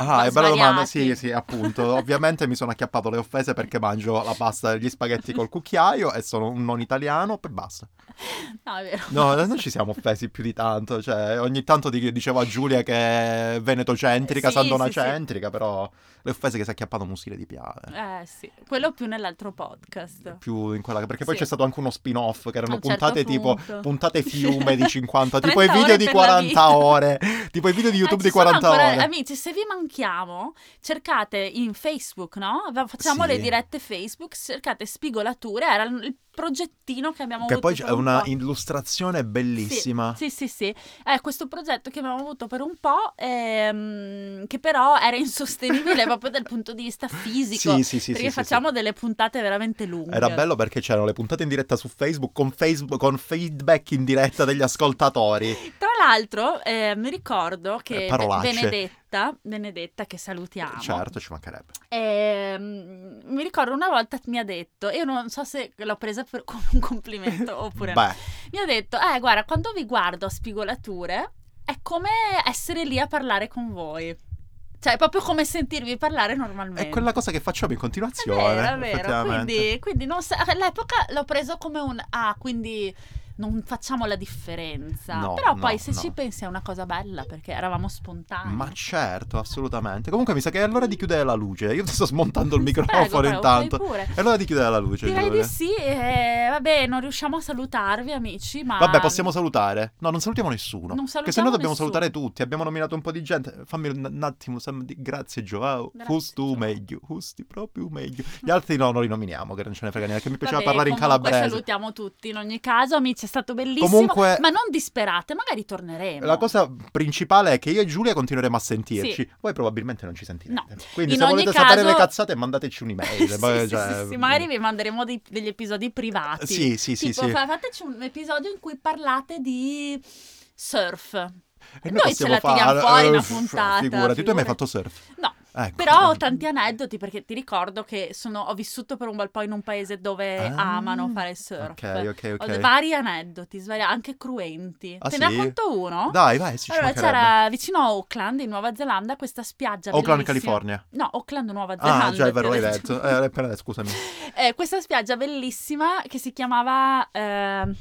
Speaker 2: Ah, è
Speaker 1: Sbagliati.
Speaker 2: bella domanda. Sì, sì, appunto. Ovviamente mi sono acchiappato le offese perché mangio la pasta e gli spaghetti col cucchiaio e sono un non italiano e basta.
Speaker 1: No, è vero.
Speaker 2: No, non ci siamo offesi più di tanto. Cioè, ogni tanto di- dicevo a Giulia che è venetocentrica,
Speaker 1: Eh, Sì,
Speaker 2: sandona
Speaker 1: sì, sì.
Speaker 2: centrica, però le offese che si è acchiappato Musile di Piave.
Speaker 1: Eh sì, quello più nell'altro podcast.
Speaker 2: Più in quella, perché poi
Speaker 1: Esatto. Sì.
Speaker 2: c'è stato anche uno spin-off che
Speaker 1: A
Speaker 2: erano
Speaker 1: un certo
Speaker 2: puntate tipo
Speaker 1: punto.
Speaker 2: puntate fiume di
Speaker 1: <laughs>
Speaker 2: 50, tipo i
Speaker 1: 30
Speaker 2: video
Speaker 1: ore
Speaker 2: di
Speaker 1: per la
Speaker 2: 40
Speaker 1: vita.
Speaker 2: ore, tipo i video di YouTube
Speaker 1: Eh,
Speaker 2: di
Speaker 1: ci sono
Speaker 2: 40
Speaker 1: ancora-
Speaker 2: ore.
Speaker 1: Amici, se vi manchiamo, cercate in Facebook, no? Va- Facciamo
Speaker 2: Sì.
Speaker 1: le dirette Facebook, cercate spigolature, era l- il progettino che abbiamo
Speaker 2: Che
Speaker 1: avuto.
Speaker 2: poi c'è
Speaker 1: per un
Speaker 2: una
Speaker 1: po'.
Speaker 2: illustrazione bellissima.
Speaker 1: Sì, sì, sì. È questo progetto che abbiamo avuto per un po', ehm, che però
Speaker 2: <laughs>
Speaker 1: era insostenibile proprio dal punto di vista fisico.
Speaker 2: Sì, sì, sì,
Speaker 1: perché
Speaker 2: sì, sì,
Speaker 1: facciamo delle puntate veramente
Speaker 2: sì.
Speaker 1: lunghe.
Speaker 2: Era bello perché c'erano le puntate in diretta su Facebook con, Facebook, con feedback in diretta degli ascoltatori.
Speaker 1: Tra l'altro, eh, mi ricordo che
Speaker 2: Eh,
Speaker 1: Be-
Speaker 2: parolacce.
Speaker 1: Benedetta, Benedetta, che salutiamo,
Speaker 2: Certo, ci mancherebbe.
Speaker 1: Ehm,
Speaker 2: <laughs>
Speaker 1: mi ricordo una volta mi ha detto, io non so se l'ho presa per- come un complimento oppure no,
Speaker 2: Beh,
Speaker 1: mi ha detto, eh guarda, quando vi guardo a spigolature è come essere lì a parlare con voi. Cioè, è proprio come sentirvi parlare normalmente.
Speaker 2: È quella cosa che facciamo in
Speaker 1: È
Speaker 2: continuazione.
Speaker 1: vero, è vero.
Speaker 2: effettivamente.
Speaker 1: Quindi, quindi non sa- all'epoca l'ho preso come un ah, quindi non facciamo la differenza.
Speaker 2: No,
Speaker 1: Però
Speaker 2: no,
Speaker 1: poi se
Speaker 2: no.
Speaker 1: ci pensi è una cosa bella perché eravamo spontanei.
Speaker 2: Ma certo, assolutamente. Comunque mi sa che è l'ora di chiudere la luce. Io ti sto smontando
Speaker 1: <laughs>
Speaker 2: il
Speaker 1: Prego,
Speaker 2: microfono
Speaker 1: prego,
Speaker 2: intanto.
Speaker 1: fai pure.
Speaker 2: È l'ora di chiudere la luce.
Speaker 1: Direi
Speaker 2: Giulia.
Speaker 1: di sì, eh, vabbè, non riusciamo a salutarvi amici, ma...
Speaker 2: Vabbè, possiamo salutare. No, non salutiamo nessuno.
Speaker 1: Non
Speaker 2: che se no
Speaker 1: salutiamo
Speaker 2: dobbiamo
Speaker 1: nessuno.
Speaker 2: salutare tutti. Abbiamo nominato un po' di gente. Fammi un, un attimo, Sam, di- grazie Joao.
Speaker 1: Grazie,
Speaker 2: Fustu
Speaker 1: Joao.
Speaker 2: meglio, fusti proprio meglio. Gli altri no, non li nominiamo, che non ce ne frega neanche. Mi piaceva
Speaker 1: Vabbè,
Speaker 2: parlare in
Speaker 1: comunque
Speaker 2: calabrese.
Speaker 1: salutiamo tutti, in ogni caso amici è stato bellissimo,
Speaker 2: Comunque-
Speaker 1: ma non disperate, magari torneremo.
Speaker 2: La cosa principale è che io e Giulia continueremo a sentirci.
Speaker 1: Sì.
Speaker 2: Voi probabilmente non ci sentirete.
Speaker 1: No.
Speaker 2: Quindi
Speaker 1: In
Speaker 2: se
Speaker 1: ogni
Speaker 2: volete sapere
Speaker 1: caso-
Speaker 2: le cazzate mandateci un'email.
Speaker 1: <laughs> Sì,
Speaker 2: Poi,
Speaker 1: sì,
Speaker 2: cioè-
Speaker 1: sì, sì, magari vi manderemo dei- degli episodi privati.
Speaker 2: Sì, sì, sì,
Speaker 1: tipo,
Speaker 2: sì.
Speaker 1: fa- fateci un episodio in cui parlate di surf.
Speaker 2: E
Speaker 1: noi ce la tiriamo fuori una puntata,
Speaker 2: Eh, Figurati, tu hai mai
Speaker 1: figurati.
Speaker 2: fatto surf?
Speaker 1: No,
Speaker 2: Ecco. <laughs>
Speaker 1: però ho tanti aneddoti perché ti ricordo che sono- ho vissuto per un bel po' in un paese dove
Speaker 2: Ah,
Speaker 1: amano fare surf.
Speaker 2: Ok, ok, ok.
Speaker 1: Ho vari aneddoti, svari- anche cruenti.
Speaker 2: Ah,
Speaker 1: Te
Speaker 2: sì?
Speaker 1: ne racconto uno?
Speaker 2: Dai, vai, sì, ci
Speaker 1: allora
Speaker 2: mancherebbe.
Speaker 1: c'era vicino a Auckland, in Nuova Zelanda, questa spiaggia
Speaker 2: Oakland,
Speaker 1: bellissima.
Speaker 2: California.
Speaker 1: No, Auckland, Nuova Zelanda.
Speaker 2: Ah, già, è vero,
Speaker 1: ti
Speaker 2: l'hai
Speaker 1: ho detto.
Speaker 2: detto. Eh, appena detto, scusami.
Speaker 1: <laughs> Eh, questa spiaggia bellissima che si chiamava. ehm,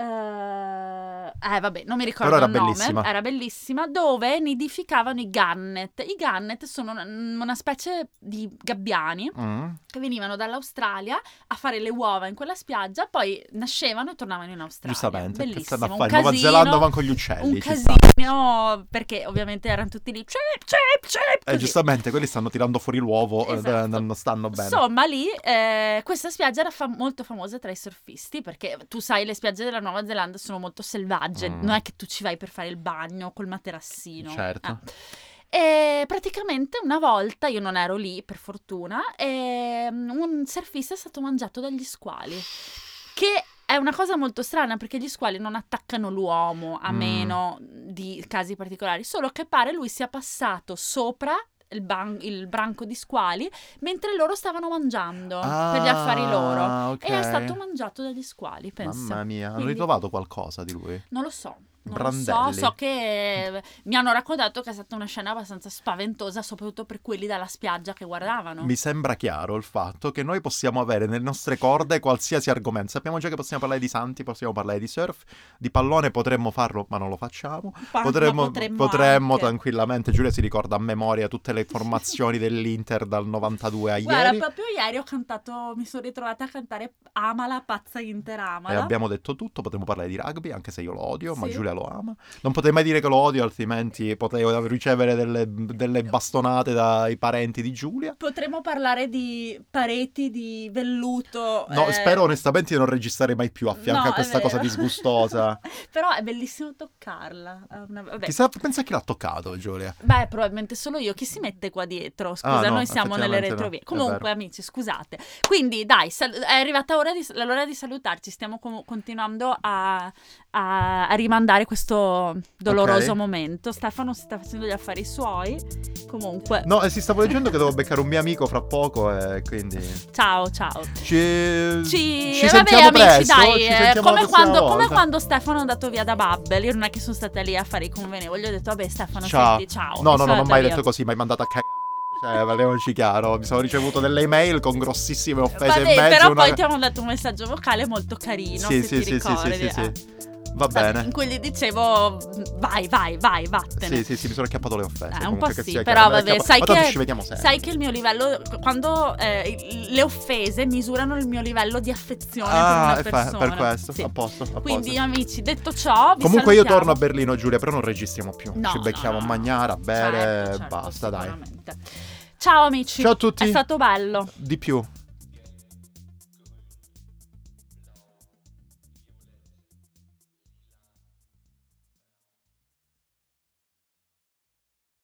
Speaker 1: eh, eh, vabbè, non mi ricordo
Speaker 2: Però era
Speaker 1: il nome.
Speaker 2: bellissima.
Speaker 1: Era bellissima, dove nidificavano i gannet. I gannet sono una, una specie di gabbiani
Speaker 2: Mm.
Speaker 1: che venivano dall'Australia a fare le uova in quella spiaggia, poi nascevano e tornavano in Australia.
Speaker 2: Giustamente, che
Speaker 1: bellissimo.
Speaker 2: stanno a
Speaker 1: un
Speaker 2: fare in Nuova
Speaker 1: casino,
Speaker 2: Zelanda vanno con gli uccelli.
Speaker 1: un
Speaker 2: ci sta.
Speaker 1: casino, perché ovviamente erano tutti lì. Cip, cip, cip,
Speaker 2: Eh,
Speaker 1: così.
Speaker 2: giustamente, quelli stanno tirando fuori l'uovo, eh,
Speaker 1: Esatto.
Speaker 2: non stanno bene.
Speaker 1: Insomma, lì eh, questa spiaggia era fam- molto famosa tra i surfisti perché tu sai, le spiagge della Nuova Zelanda sono molto selvagge,
Speaker 2: Mm.
Speaker 1: non è che tu ci vai per fare il bagno col materassino.
Speaker 2: Certo.
Speaker 1: Ah. E praticamente una volta, io non ero lì per fortuna, e un surfista è stato mangiato dagli squali, che è una cosa molto strana perché gli squali non attaccano l'uomo a
Speaker 2: Mm.
Speaker 1: meno di casi particolari, solo che pare lui sia passato sopra il, ban- il branco di squali mentre loro stavano mangiando per gli affari loro.
Speaker 2: Ah, ok.
Speaker 1: E è stato mangiato dagli squali, pensa.
Speaker 2: Mamma mia, hanno
Speaker 1: Quindi-
Speaker 2: ritrovato qualcosa di lui.
Speaker 1: Non lo so. Non lo
Speaker 2: Brandelli.
Speaker 1: so, so che eh, mi hanno raccontato che è stata una scena abbastanza spaventosa, soprattutto per quelli dalla spiaggia che guardavano.
Speaker 2: Mi sembra chiaro il fatto che noi possiamo avere nelle nostre corde qualsiasi argomento. Sappiamo già che possiamo parlare di santi, possiamo parlare di surf, di pallone potremmo farlo, ma non lo facciamo.
Speaker 1: Pa-
Speaker 2: Potremmo,
Speaker 1: ma
Speaker 2: potremmo
Speaker 1: anche.
Speaker 2: tranquillamente, Giulia si ricorda a memoria tutte le formazioni dell'Inter dal 92 a
Speaker 1: Guarda,
Speaker 2: ieri.
Speaker 1: proprio ieri ho cantato, mi sono ritrovata a cantare Amala, pazza inter
Speaker 2: E
Speaker 1: Amala.
Speaker 2: abbiamo detto tutto, potremmo parlare di rugby, anche se io lo odio, ma
Speaker 1: Sì.
Speaker 2: Giulia lo ama. Non potrei mai dire che lo odio, altrimenti potrei ricevere delle, delle bastonate dai parenti di Giulia.
Speaker 1: Potremmo parlare di pareti di velluto.
Speaker 2: No,
Speaker 1: eh,
Speaker 2: spero onestamente di non registrare mai più a fianco
Speaker 1: no,
Speaker 2: a
Speaker 1: è
Speaker 2: questa cosa
Speaker 1: vero.
Speaker 2: disgustosa.
Speaker 1: <laughs> Però è bellissimo toccarla. È una- vabbè.
Speaker 2: Chissà, pensa chi l'ha toccato, Giulia.
Speaker 1: Beh, probabilmente solo io. Chi si mette qua dietro? Scusa,
Speaker 2: Mm. Ah, no,
Speaker 1: noi siamo nelle
Speaker 2: effettivamente no,
Speaker 1: retrovie.
Speaker 2: è
Speaker 1: Comunque,
Speaker 2: vero.
Speaker 1: amici, scusate. Quindi, dai, sal- è arrivata ora di- l'ora di salutarci. Stiamo com- continuando a, a- a rimandare questo doloroso
Speaker 2: Ok.
Speaker 1: momento. Stefano si sta facendo gli affari suoi. Comunque,
Speaker 2: No, eh, si stavo leggendo che devo beccare un mio amico fra poco e quindi...
Speaker 1: ciao, ciao.
Speaker 2: Ci,
Speaker 1: Ci,
Speaker 2: ci
Speaker 1: eh, vabbè,
Speaker 2: sentiamo
Speaker 1: amici,
Speaker 2: presto,
Speaker 1: dai,
Speaker 2: ci
Speaker 1: eh,
Speaker 2: sentiamo la
Speaker 1: come,
Speaker 2: prossima
Speaker 1: quando, come
Speaker 2: volta.
Speaker 1: quando Stefano è andato via da Babbel, io non è che sono stata lì a fare i convenevoli, ho detto, vabbè, Stefano,
Speaker 2: Ciao.
Speaker 1: senti, ciao.
Speaker 2: No, no,
Speaker 1: sono
Speaker 2: no, non ho
Speaker 1: andata
Speaker 2: mai
Speaker 1: via.
Speaker 2: detto così, mi hai mandato a cagare. Cioè, parliamoci chiaro, mi sono ricevuto delle email con grossissime offese
Speaker 1: Vabbè,
Speaker 2: in mezzo.
Speaker 1: però
Speaker 2: una-
Speaker 1: poi ti hanno dato un messaggio vocale molto carino,
Speaker 2: sì,
Speaker 1: se
Speaker 2: sì,
Speaker 1: ti
Speaker 2: sì, sì,
Speaker 1: ricordi.
Speaker 2: sì, sì,
Speaker 1: eh.
Speaker 2: sì. Va
Speaker 1: Vabbè,
Speaker 2: bene.
Speaker 1: In cui gli dicevo, vai, vai, vai, vattene.
Speaker 2: Sì, sì, sì, mi sono acchiappato le offese.
Speaker 1: Eh, un
Speaker 2: comunque,
Speaker 1: po'
Speaker 2: che
Speaker 1: sì,
Speaker 2: sia
Speaker 1: però
Speaker 2: chiaro, me le
Speaker 1: vabbè,
Speaker 2: acchiappo-
Speaker 1: sai
Speaker 2: Ma tanto
Speaker 1: che-
Speaker 2: ci vediamo sempre.
Speaker 1: Sai che il mio livello, quando eh, il- le offese misurano il mio livello di affezione
Speaker 2: Ah,
Speaker 1: per
Speaker 2: e
Speaker 1: una
Speaker 2: fa-
Speaker 1: persona.
Speaker 2: per questo,
Speaker 1: Sì.
Speaker 2: a posto, a
Speaker 1: Quindi
Speaker 2: posto.
Speaker 1: amici, detto ciò, vi
Speaker 2: Comunque io torno
Speaker 1: salutiamo.
Speaker 2: a Berlino, Giulia, però non registriamo più.
Speaker 1: No,
Speaker 2: ci becchiamo
Speaker 1: no,
Speaker 2: a
Speaker 1: no.
Speaker 2: mangiare, a bere,
Speaker 1: Certo, certo,
Speaker 2: basta, dai.
Speaker 1: sicuramente. Ciao amici.
Speaker 2: Ciao a tutti.
Speaker 1: È stato bello.
Speaker 2: Di più.